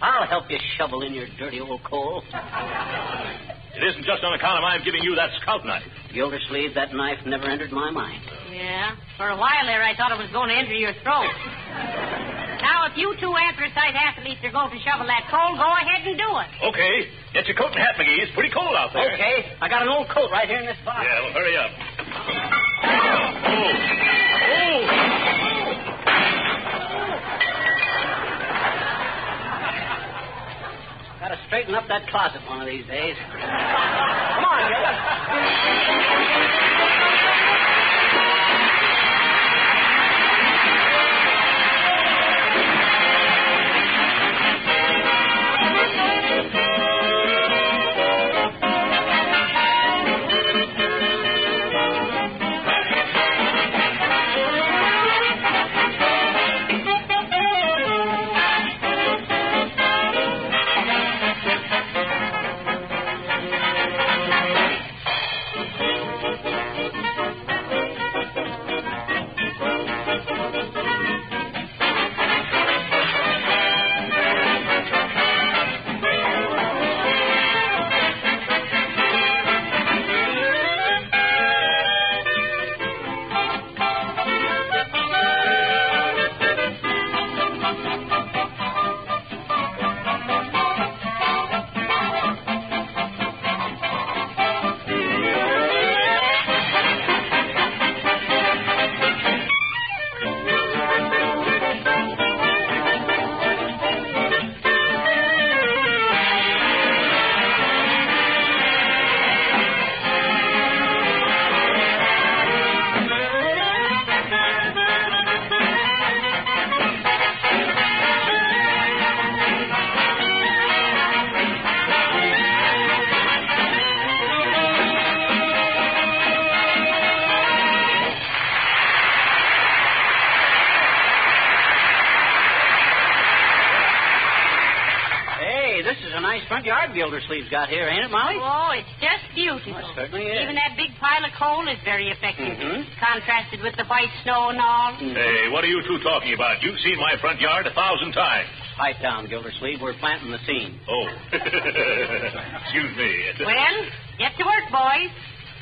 Speaker 5: I'll help you shovel in your dirty old coal.
Speaker 3: It isn't just on account of I'm giving you that scout knife.
Speaker 5: Gildersleeve, that knife never entered my mind.
Speaker 4: Yeah. For a while there, I thought it was going to enter your throat. Now, if you two anthracite athletes are going to shovel that coal, go ahead and do it.
Speaker 3: Okay. Get your coat and hat, McGee. It's pretty cold out there.
Speaker 5: Okay. I got an old coat right here in this box.
Speaker 3: Yeah, well, hurry up.
Speaker 5: Gotta straighten up that closet one of these days. Come on, Gilda. Hey, this is a nice front yard Gildersleeve's got here, ain't it, Molly?
Speaker 4: Oh, it's just beautiful.
Speaker 5: It certainly is.
Speaker 4: Even that big pile of coal is very effective,
Speaker 3: Mhm.
Speaker 4: contrasted with the white snow and all.
Speaker 3: Hey, what are you two talking about? You've seen my front yard a thousand times.
Speaker 5: Pipe down, Gildersleeve. We're planting the scene.
Speaker 3: Oh. Excuse me.
Speaker 4: Well, get to work, boys.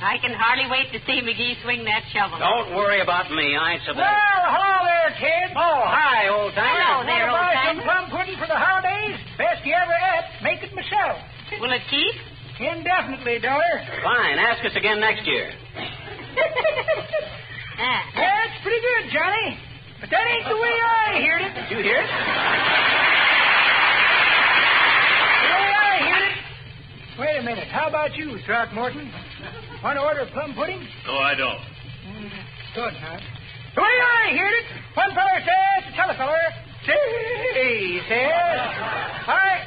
Speaker 4: I can hardly wait to see McGee swing that shovel.
Speaker 5: Don't worry about me. I suppose.
Speaker 10: Well, hello there, kid.
Speaker 5: Oh, hi, old timer.
Speaker 10: Hello
Speaker 5: there, old
Speaker 10: buy
Speaker 5: timer.
Speaker 10: some plum pudding for the holidays? Best you ever ate. Make it myself.
Speaker 4: Will it keep?
Speaker 10: Indefinitely, daughter.
Speaker 5: Fine. Ask us again next year.
Speaker 10: That's pretty good, Johnny. But that ain't the way I heard it.
Speaker 5: Did you hear it?
Speaker 10: The way I heard it. Wait a minute. How about you, Throckmorton? Want to order plum pudding?
Speaker 3: No, I don't.
Speaker 10: Good, huh? The way I heard it, one feller says to tell a feller, say, he says, all right.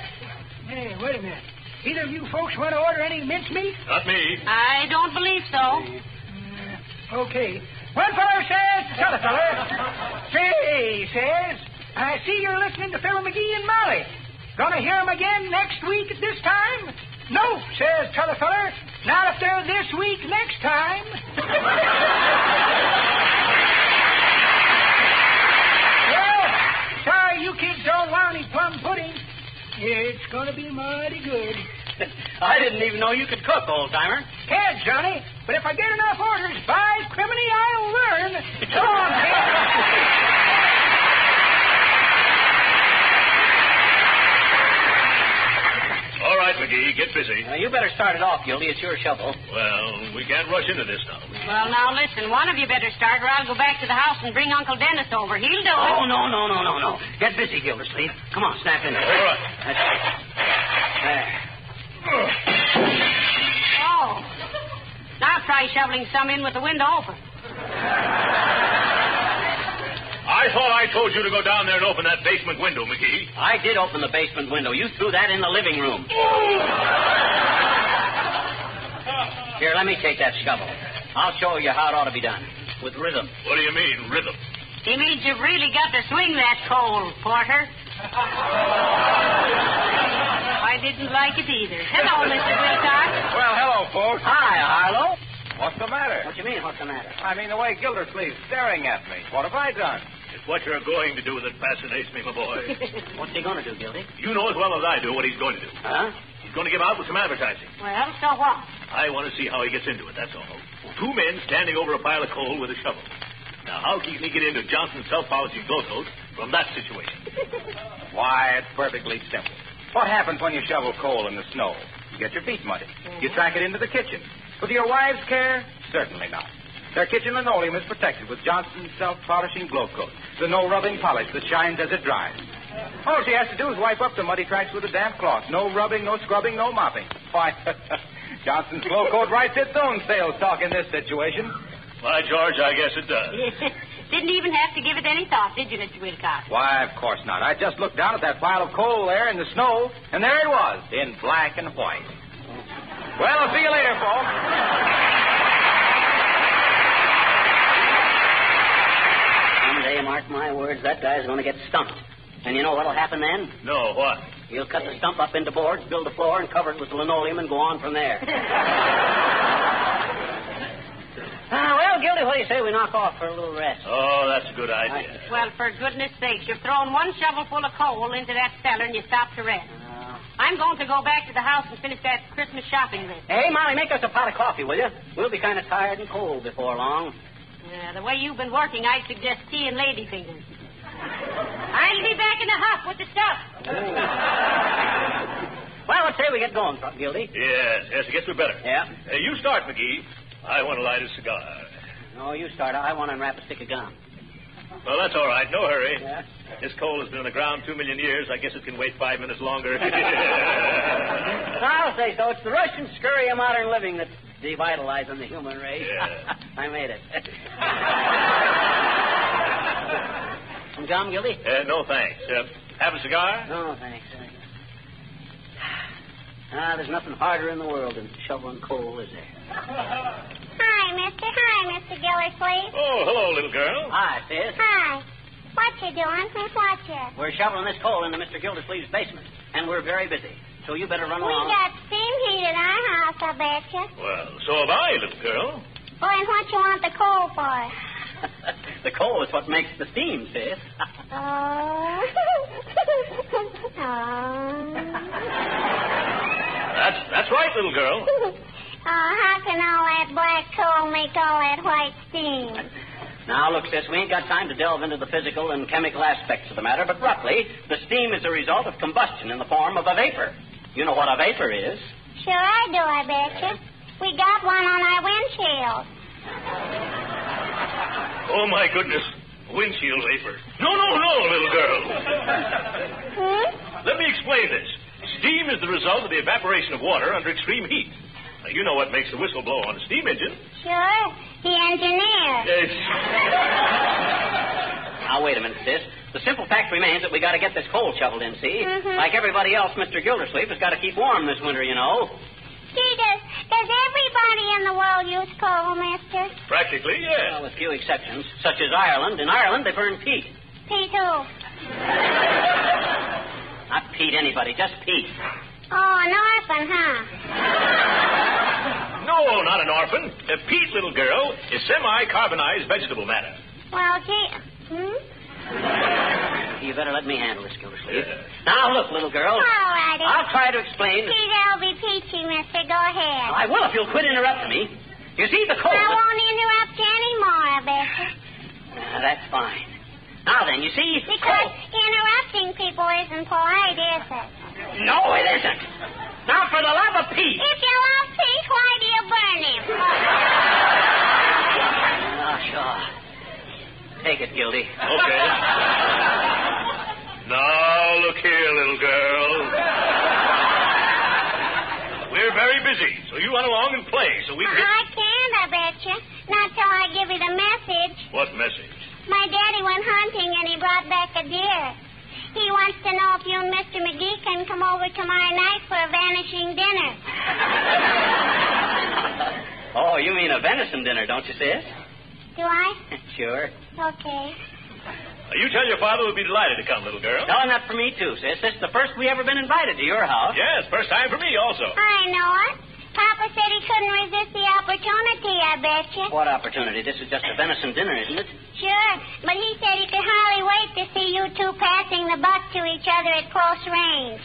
Speaker 10: Hey, wait a minute. Either of you folks want to order any mincemeat?
Speaker 3: Not me.
Speaker 4: I don't believe so.
Speaker 10: Okay. One feller says, the other feller, say, says, I see you're listening to Phil McGee and Molly. Gonna hear 'em again next week at this time? No, says t'other feller. Not if they're this week next time. well, sorry you kids don't want any plum pudding. It's gonna be mighty good.
Speaker 5: I didn't even know you could cook, old timer.
Speaker 10: Can't, Johnny. But if I get enough orders by criminy, I'll learn. So on,
Speaker 3: All All right, McGee, get busy.
Speaker 5: Now, you better start it off, Gildy. It's your shovel.
Speaker 3: Well, we can't rush into this now.
Speaker 4: Well, now listen, one of you better start, or I'll go back to the house and bring Uncle Dennis over. He'll do it.
Speaker 5: Oh, no, no, no, no, no. Get busy, Gildersleeve. Come on, snap in there.
Speaker 3: All right.
Speaker 5: That's it. There.
Speaker 4: Oh. Now try shoveling some in with the window open.
Speaker 3: I thought I told you to go down there and open that basement window, McGee.
Speaker 5: I did open the basement window. You threw that in the living room. Here, let me take that shovel. I'll show you how it ought to be done. With rhythm.
Speaker 3: What do you mean, rhythm?
Speaker 4: He means you've really got to swing that pole, Porter. I didn't like it either. Hello, Mr. Wilcox.
Speaker 8: Well, hello, folks.
Speaker 5: Hi, Harlow.
Speaker 8: What's the matter?
Speaker 5: What do you mean, what's the matter?
Speaker 8: I mean, the way Gildersleeve's staring at me. What have I done?
Speaker 3: It's what you're going to do that fascinates me, my boy.
Speaker 5: What's he going to do, Gildy?
Speaker 3: you know as well as I do what he's going to do.
Speaker 5: Huh?
Speaker 3: He's going to give out with some advertising.
Speaker 4: Well, so what?
Speaker 3: I want to see how he gets into it, that's all. Two men standing over a pile of coal with a shovel. Now, how can he get into Johnson's self-polishing gold from that situation?
Speaker 8: Why, it's perfectly simple. What happens when you shovel coal in the snow? You get your feet muddy. You track it into the kitchen. But do your wives care? Certainly not. Their kitchen linoleum is protected with Johnson's self-polishing glow coat, the no-rubbing polish that shines as it dries. All she has to do is wipe up the muddy tracks with a damp cloth. No rubbing, no scrubbing, no mopping. Why, Johnson's glow coat writes its own sales talk in this situation.
Speaker 3: By George, I guess it does.
Speaker 4: Didn't even have to give it any thought, did you, Mr. Wilcox?
Speaker 8: Why, of course not. I just looked down at that pile of coal there in the snow, and there it was, in black and white. Well, I'll see you later, folks.
Speaker 5: Someday, mark my words, that guy's going to get stumped. And you know what'll happen then?
Speaker 3: No, what?
Speaker 5: He'll cut the stump up into boards, build a floor, and cover it with linoleum, and go on from there. Ah, well, Gildy, what do you say we knock off for a little rest?
Speaker 3: Oh, that's a good idea.
Speaker 4: Well, for goodness sakes, you've thrown one shovelful of coal into that cellar and you stopped to rest.
Speaker 5: Uh,
Speaker 4: I'm going to go back to the house and finish that Christmas shopping list.
Speaker 5: Hey, Molly, make us a pot of coffee, will you? We'll be kind of tired and cold before long.
Speaker 4: Uh, the way you've been working, I'd suggest tea and ladyfingers. I'll be back in a huff with the stuff.
Speaker 5: Well, let's say we get going, Fr- Gildy.
Speaker 3: Yes, yes, it gets me better.
Speaker 5: Yeah?
Speaker 3: Uh, you start, McGee. I want to light a cigar.
Speaker 5: No, you start. I want to unwrap a stick of gum.
Speaker 3: Well, that's all right. No hurry.
Speaker 5: Yeah?
Speaker 3: This coal has been on the ground two million years. I guess it can wait five minutes longer.
Speaker 5: I'll say so. It's the Russian scurry of modern living that's devitalizing the human race.
Speaker 3: Yeah.
Speaker 5: I made it. Some gum, Gildy?
Speaker 3: Uh, no, thanks. Uh, have a cigar?
Speaker 5: No, thanks. Ah, there's nothing harder in the world than shoveling coal, is there?
Speaker 7: Hi, mister. Hi, Mr. Gildersleeve.
Speaker 3: Oh, hello, little girl.
Speaker 5: Hi, Ah, sis.
Speaker 7: Hi. What you doing? Miss Watcher?
Speaker 5: We're shoveling this coal into Mr. Gildersleeve's basement, and we're very busy. So you better run
Speaker 7: We
Speaker 5: along.
Speaker 7: got steam heat in our house, I betcha.
Speaker 3: Well, so have I, little girl.
Speaker 7: Well, and what you want the coal for?
Speaker 5: the coal is what makes the steam, sis.
Speaker 7: Oh.
Speaker 3: That's that's right, little girl.
Speaker 7: oh. Oh, how can all that black coal make all that white steam?
Speaker 5: now, look, sis, we ain't got time to delve into the physical and chemical aspects of the matter, but roughly, the steam is the result of combustion in the form of a vapor. You know what a vapor is.
Speaker 7: Sure I do, I betcha. We got one on our windshield.
Speaker 3: Oh my goodness. Windshield vapor. No, no, no, little girl.
Speaker 7: Hmm?
Speaker 3: Let me explain this. Steam is the result of the evaporation of water under extreme heat. Now, you know what makes the whistle blow on a steam engine.
Speaker 7: Sure. The engineer.
Speaker 5: Now, wait a minute, sis. The simple fact remains that we got to get this coal shoveled in, see?
Speaker 7: Mhm.
Speaker 5: Like everybody else, Mr. Gildersleeve has got to keep warm this winter, you know.
Speaker 7: Gee, does, does everybody in the world use coal, mister?
Speaker 3: Practically, yes.
Speaker 5: Well, with few exceptions, such as Ireland. In Ireland, they burn peat.
Speaker 7: Pete who?
Speaker 5: Not peat anybody, just peat.
Speaker 7: Oh, an orphan, huh?
Speaker 3: No, not an orphan. A peat, little girl, is semi-carbonized vegetable matter.
Speaker 7: Well, gee. Hmm?
Speaker 5: You better let me handle this, Gildersleeve.
Speaker 3: Yeah.
Speaker 5: Now, look, little girl.
Speaker 7: All righty.
Speaker 5: I'll try to explain.
Speaker 7: Gee, that'll be peachy, mister. Go ahead.
Speaker 5: I will if you'll quit interrupting me. You see, the coal.
Speaker 7: I won't interrupt you anymore, I betcha.
Speaker 5: Now, that's fine. Now then, you see.
Speaker 7: Because interrupting people isn't polite, is it?
Speaker 5: No, it isn't. Now, for the love of Pete.
Speaker 7: If you love Pete, why do you burn him?
Speaker 5: Oh, sure. Take it, Gildy.
Speaker 3: Okay. Now, look here, little girl. We're very busy, so you run along and play so we can
Speaker 7: I can't, I bet you. Not till I give you the message.
Speaker 3: get. What message?
Speaker 7: My daddy went hunting and he brought back a deer. He wants to know if you and Mr. McGee can come over tomorrow night for a vanishing dinner.
Speaker 5: Oh, you mean a venison dinner, don't you, sis?
Speaker 7: Do I?
Speaker 5: Sure.
Speaker 7: Okay.
Speaker 3: Uh, you tell your father we'd be delighted to come, little girl.
Speaker 5: Tell him that for me, too, sis. This is the first we ever been invited to your house.
Speaker 3: Yes, first time for me also.
Speaker 7: I know it. Papa said he couldn't resist the opportunity, I bet you.
Speaker 5: What opportunity? This is just a venison dinner, isn't it?
Speaker 7: Sure, but he said he could hardly wait to see you two passing the buck to each other at close range.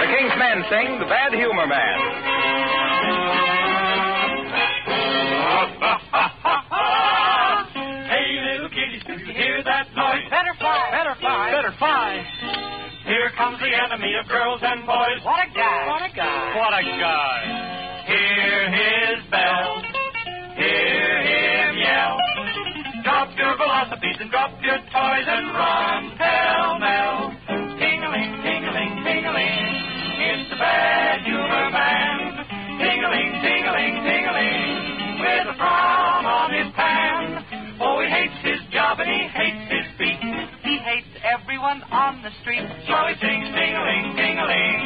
Speaker 8: The King's Men sing The Bad Humor Man.
Speaker 10: Hey, little kitties, did you hear that noise? Better fly, better fly, better fly. Here comes the enemy of girls and boys. What a guy! What a guy! What a guy! Hear his bell. Hear him yell. Drop your philosophies and drop your toys and run pell-mell. Ting-a-ling, ting-a-ling, ting-a-ling. It's the bad humor man. Ting-a-ling, ting-a-ling, ting-a-ling. With a frown on his pan. Oh, he hates his job and he hates his beat. He hates everyone on the street. So he sings ding-a-ling, ding-a-ling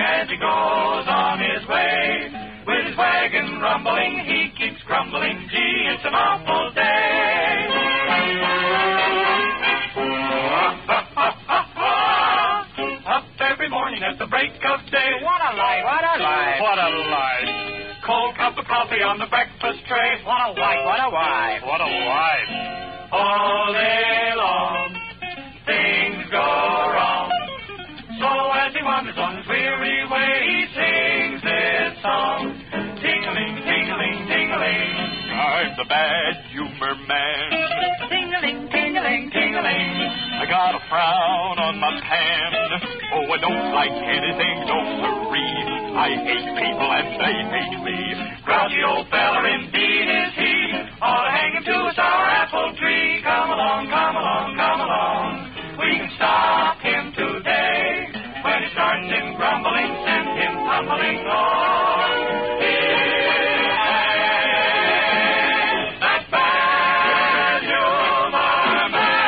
Speaker 10: as he goes on his way. With his wagon rumbling, he keeps grumbling. Gee, it's an awful day. Up every morning at the break of day. What a life! What a life! What a life! Cold cup of coffee on the breakfast tray. What a wife! What a wife! What a wife! All day long, things go wrong. So as he wanders on his weary way, he sings this song. Tingling, tingling, tingling. I'm the bad humor man. Tingling, tingling, tingling. I got a frown on my pan. Oh, I don't like anything, don't worry. I hate people and they hate me. Grouchy old feller indeed is he. Ought to hang him to a sour apple tree. Come along, come along, come along. We can stop him today. When he starts him grumbling, send him tumbling on. That's bad, you're my man.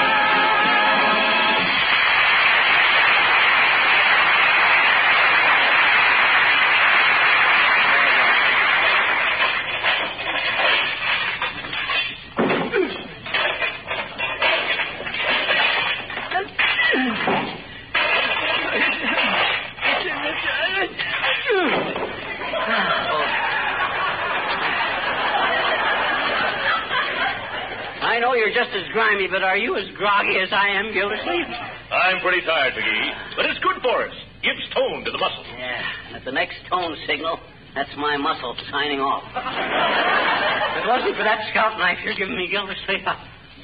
Speaker 5: I know you're just as grimy, but are you as groggy as I am, Gildersleeve?
Speaker 3: I'm pretty tired, McGee, but it's good for us. Gives tone to the muscle.
Speaker 5: Yeah, at the next tone signal, that's my muscle signing off. if it wasn't for that scalp knife you're giving me, Gildersleeve.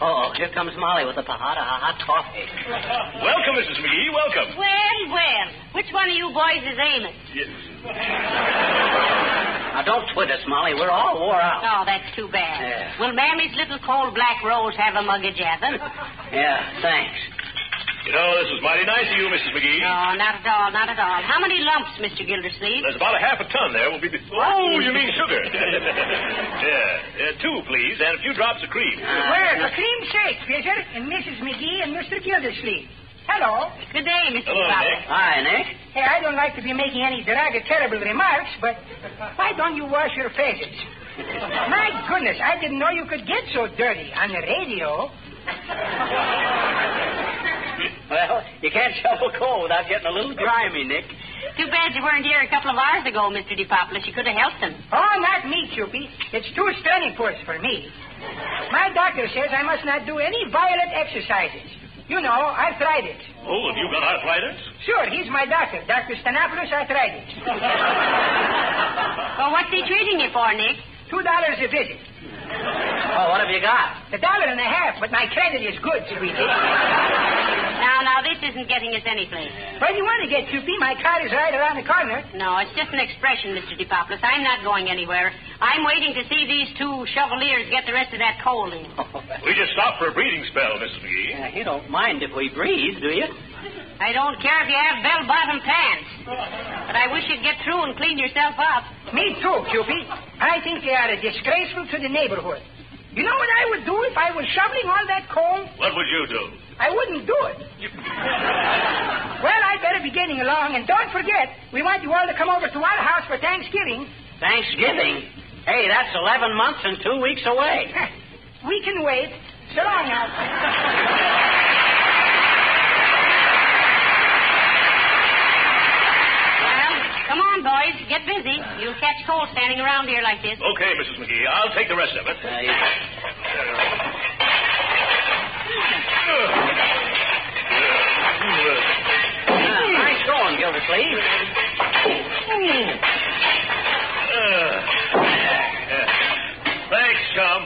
Speaker 5: Oh, here comes Molly with a pahada hot coffee.
Speaker 3: Welcome, Mrs. McGee. Welcome.
Speaker 4: Well, well. Which one of you boys is aiming?
Speaker 5: Now, don't twit us, Molly. We're all wore out.
Speaker 4: Oh, that's too bad.
Speaker 5: Yeah.
Speaker 4: Will Mammy's little cold black rose have a mug of Javan?
Speaker 5: Yeah, thanks.
Speaker 3: You know, this was mighty nice of you, Mrs. McGee.
Speaker 4: No, not at all, not at all. How many lumps, Mr. Gildersleeve?
Speaker 3: There's about a half a ton there. Will be. Oh, you mean sugar? yeah, uh, two, please, and a few drops of cream.
Speaker 12: Where's the cream shake, Peter? And Mrs. McGee and Mr. Gildersleeve. Hello.
Speaker 4: Good day,
Speaker 3: Hello,
Speaker 4: Mr. Butler.
Speaker 3: Nick.
Speaker 5: Hi, Nick.
Speaker 12: Hey, I don't like to be making any derogatory remarks, but why don't you wash your faces? My goodness, I didn't know you could get so dirty on the radio.
Speaker 5: Well, you can't shovel coal without getting a little grimy, Nick.
Speaker 4: Too bad you weren't here a couple of hours ago, Mr. DePopulis. You could have helped him.
Speaker 12: Oh, not me, Cupid. It's too stunning for, for me. My doctor says I must not do any violent exercises. You know, arthritis.
Speaker 3: Oh, have you got arthritis?
Speaker 12: Sure, he's my doctor, Dr. Stenopoulos Arthritis.
Speaker 4: Well, what's he treating you for, Nick?
Speaker 12: Two dollars a visit.
Speaker 5: Oh, what have you got?
Speaker 13: A dollar and a half, but my credit is good, sweetie.
Speaker 4: Now, now, this isn't getting us anyplace.
Speaker 13: Where do you want to get, Soupy? My card is right around the corner.
Speaker 4: No, it's just an expression, Mr. DePopulis. I'm not going anywhere. I'm waiting to see these two shoveliers get the rest of that coal in.
Speaker 5: Oh.
Speaker 3: We just stopped for a breathing spell, Mrs. McGee.
Speaker 5: you don't mind if we breathe, do you?
Speaker 4: I don't care if you have bell-bottom pants, but I wish you'd get through and clean yourself up.
Speaker 13: Me too, Cupid. I think they are disgraceful to the neighborhood. You know what I would do if I was shoveling all that coal?
Speaker 3: What would you do?
Speaker 13: I wouldn't do it. well, I'd better be getting along, and don't forget, we want you all to come over to our house for Thanksgiving.
Speaker 5: Thanksgiving? Hey, that's 11 months and two weeks away.
Speaker 13: we can wait. So long now.
Speaker 4: Well, come on, boys. Get busy. You'll catch cold standing around here like this.
Speaker 3: Okay, Mrs. McGee, I'll take the rest of it.
Speaker 5: Nice going, Gildersleeve.
Speaker 3: Thanks, chum.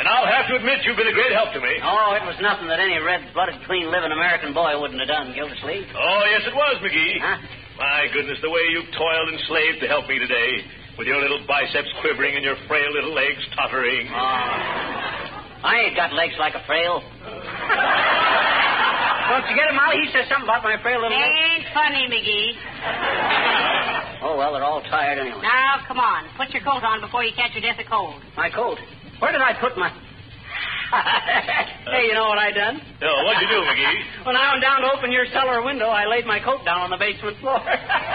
Speaker 3: And I'll have to admit you've been a great help to me.
Speaker 5: Oh, it was nothing that any red-blooded, clean-living American boy wouldn't have done, Gildersleeve.
Speaker 3: Oh, yes, it was, McGee. My goodness, the way you toiled and slaved to help me today, with your little biceps quivering and your frail little legs tottering.
Speaker 5: Oh. I ain't got legs like a frail. Don't you get him, Molly? He says something about my frail little legs.
Speaker 4: Ain't funny, McGee.
Speaker 5: Oh, well, they're all tired anyway.
Speaker 4: Now, come on. Put your coat on before you catch your death of cold.
Speaker 5: My coat. Where did I put my... hey, you know what I done?
Speaker 3: No, Oh, what'd you do, McGee?
Speaker 5: When I went down to open your cellar window, I laid my coat down on the basement floor.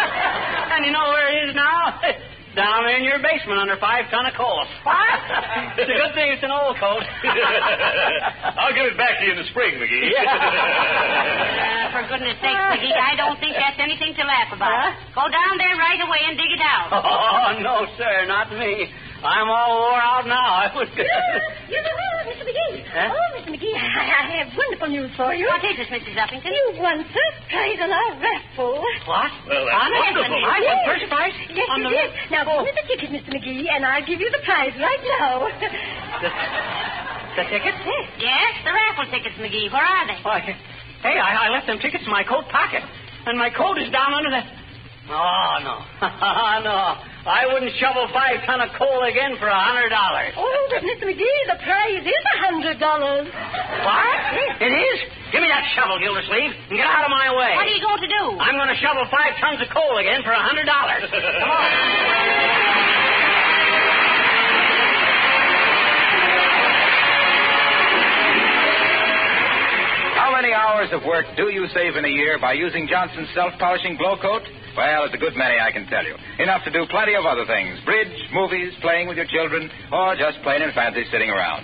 Speaker 5: and you know where it is now? down in your basement under five ton of coal. it's a good thing it's an old coat.
Speaker 3: I'll give it back to you in the spring, McGee.
Speaker 4: Uh, for goodness sakes, McGee, I don't think that's anything to laugh about. Go down there right away and dig it out.
Speaker 5: oh, no, sir, not me. I'm all wore out now. I was
Speaker 10: You're the world, Mr. McGee.
Speaker 5: Huh?
Speaker 10: Oh, Mr. McGee, I, I have wonderful news for you.
Speaker 4: What is it, Mrs. Uppington?
Speaker 10: You won first prize on our raffle.
Speaker 5: What?
Speaker 3: Well, that's wonderful.
Speaker 10: I
Speaker 5: won
Speaker 10: first prize? Yes,
Speaker 5: on
Speaker 10: you
Speaker 5: the
Speaker 10: did. Now, give me the ticket, Mr. McGee, and I'll give you the prize right now.
Speaker 5: The tickets?
Speaker 4: Yes, the raffle tickets, McGee. Where are they?
Speaker 5: Why, hey, I, I left them tickets in my coat pocket, and my coat is down under that. Oh, no. no. I wouldn't shovel five ton of coal again for a hundred dollars.
Speaker 10: oh, but Mr. McGee, the prize is a hundred dollars.
Speaker 5: What? It is? Give me that shovel, Gildersleeve, and get out of my way.
Speaker 4: What are you going to do?
Speaker 5: I'm going to shovel five tons of coal again for a hundred dollars. Come on.
Speaker 8: How many hours of work do you save in a year by using Johnson's self-polishing blow coat? Well, it's a good many, I can tell you. Enough to do plenty of other things. Bridge, movies, playing with your children, or just plain and fancy sitting around.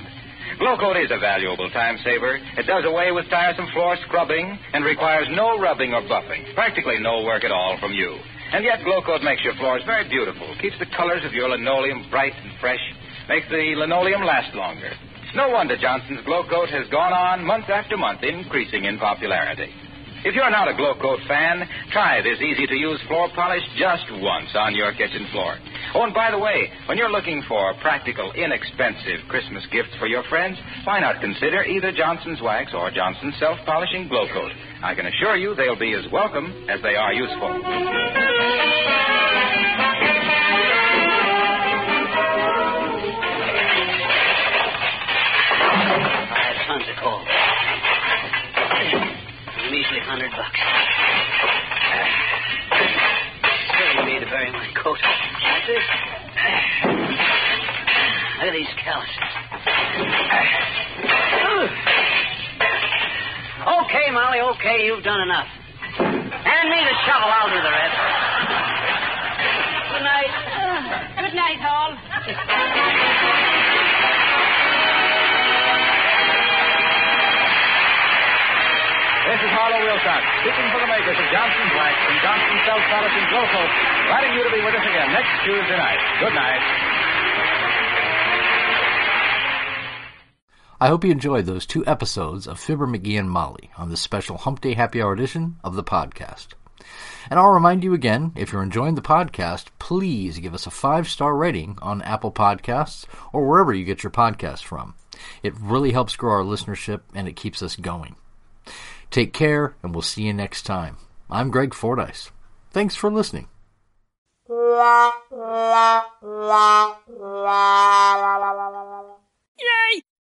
Speaker 8: Glow coat is a valuable time saver. It does away with tiresome floor scrubbing and requires no rubbing or buffing. Practically no work at all from you. And yet Glow coat makes your floors very beautiful, keeps the colors of your linoleum bright and fresh, makes the linoleum last longer. It's no wonder Johnson's Glow Coat has gone on month after month, increasing in popularity. If you're not a Glow Coat fan, try this easy to use floor polish just once on your kitchen floor. Oh, and by the way, when you're looking for practical, inexpensive Christmas gifts for your friends, why not consider either Johnson's Wax or Johnson's Self Polishing Glow Coat? I can assure you they'll be as welcome as they are useful.
Speaker 5: Five tons of coal. Measly hundred bucks. Silly me to bury my coat. Like this. Look at these calluses. Okay, Molly, okay, you've done enough. Hand me the shovel, I'll do the rest. Good night.
Speaker 4: Good night, Hall.
Speaker 8: This is Harlow Wilcox, speaking for the makers of Johnson's Wax and Johnson's Self Polishing Glow Coat, inviting you to be with us again next Tuesday night. Good night.
Speaker 2: I hope you enjoyed those two episodes of Fibber McGee and Molly on this special Hump Day Happy Hour edition of the podcast. And I'll remind you again if you're enjoying the podcast, please give us a five star rating on Apple Podcasts or wherever you get your podcasts from. It really helps grow our listenership and it keeps us going. Take care, and we'll see you next time. I'm Greg Fordyce. Thanks for listening.
Speaker 14: La la la la la la la la la. Yay!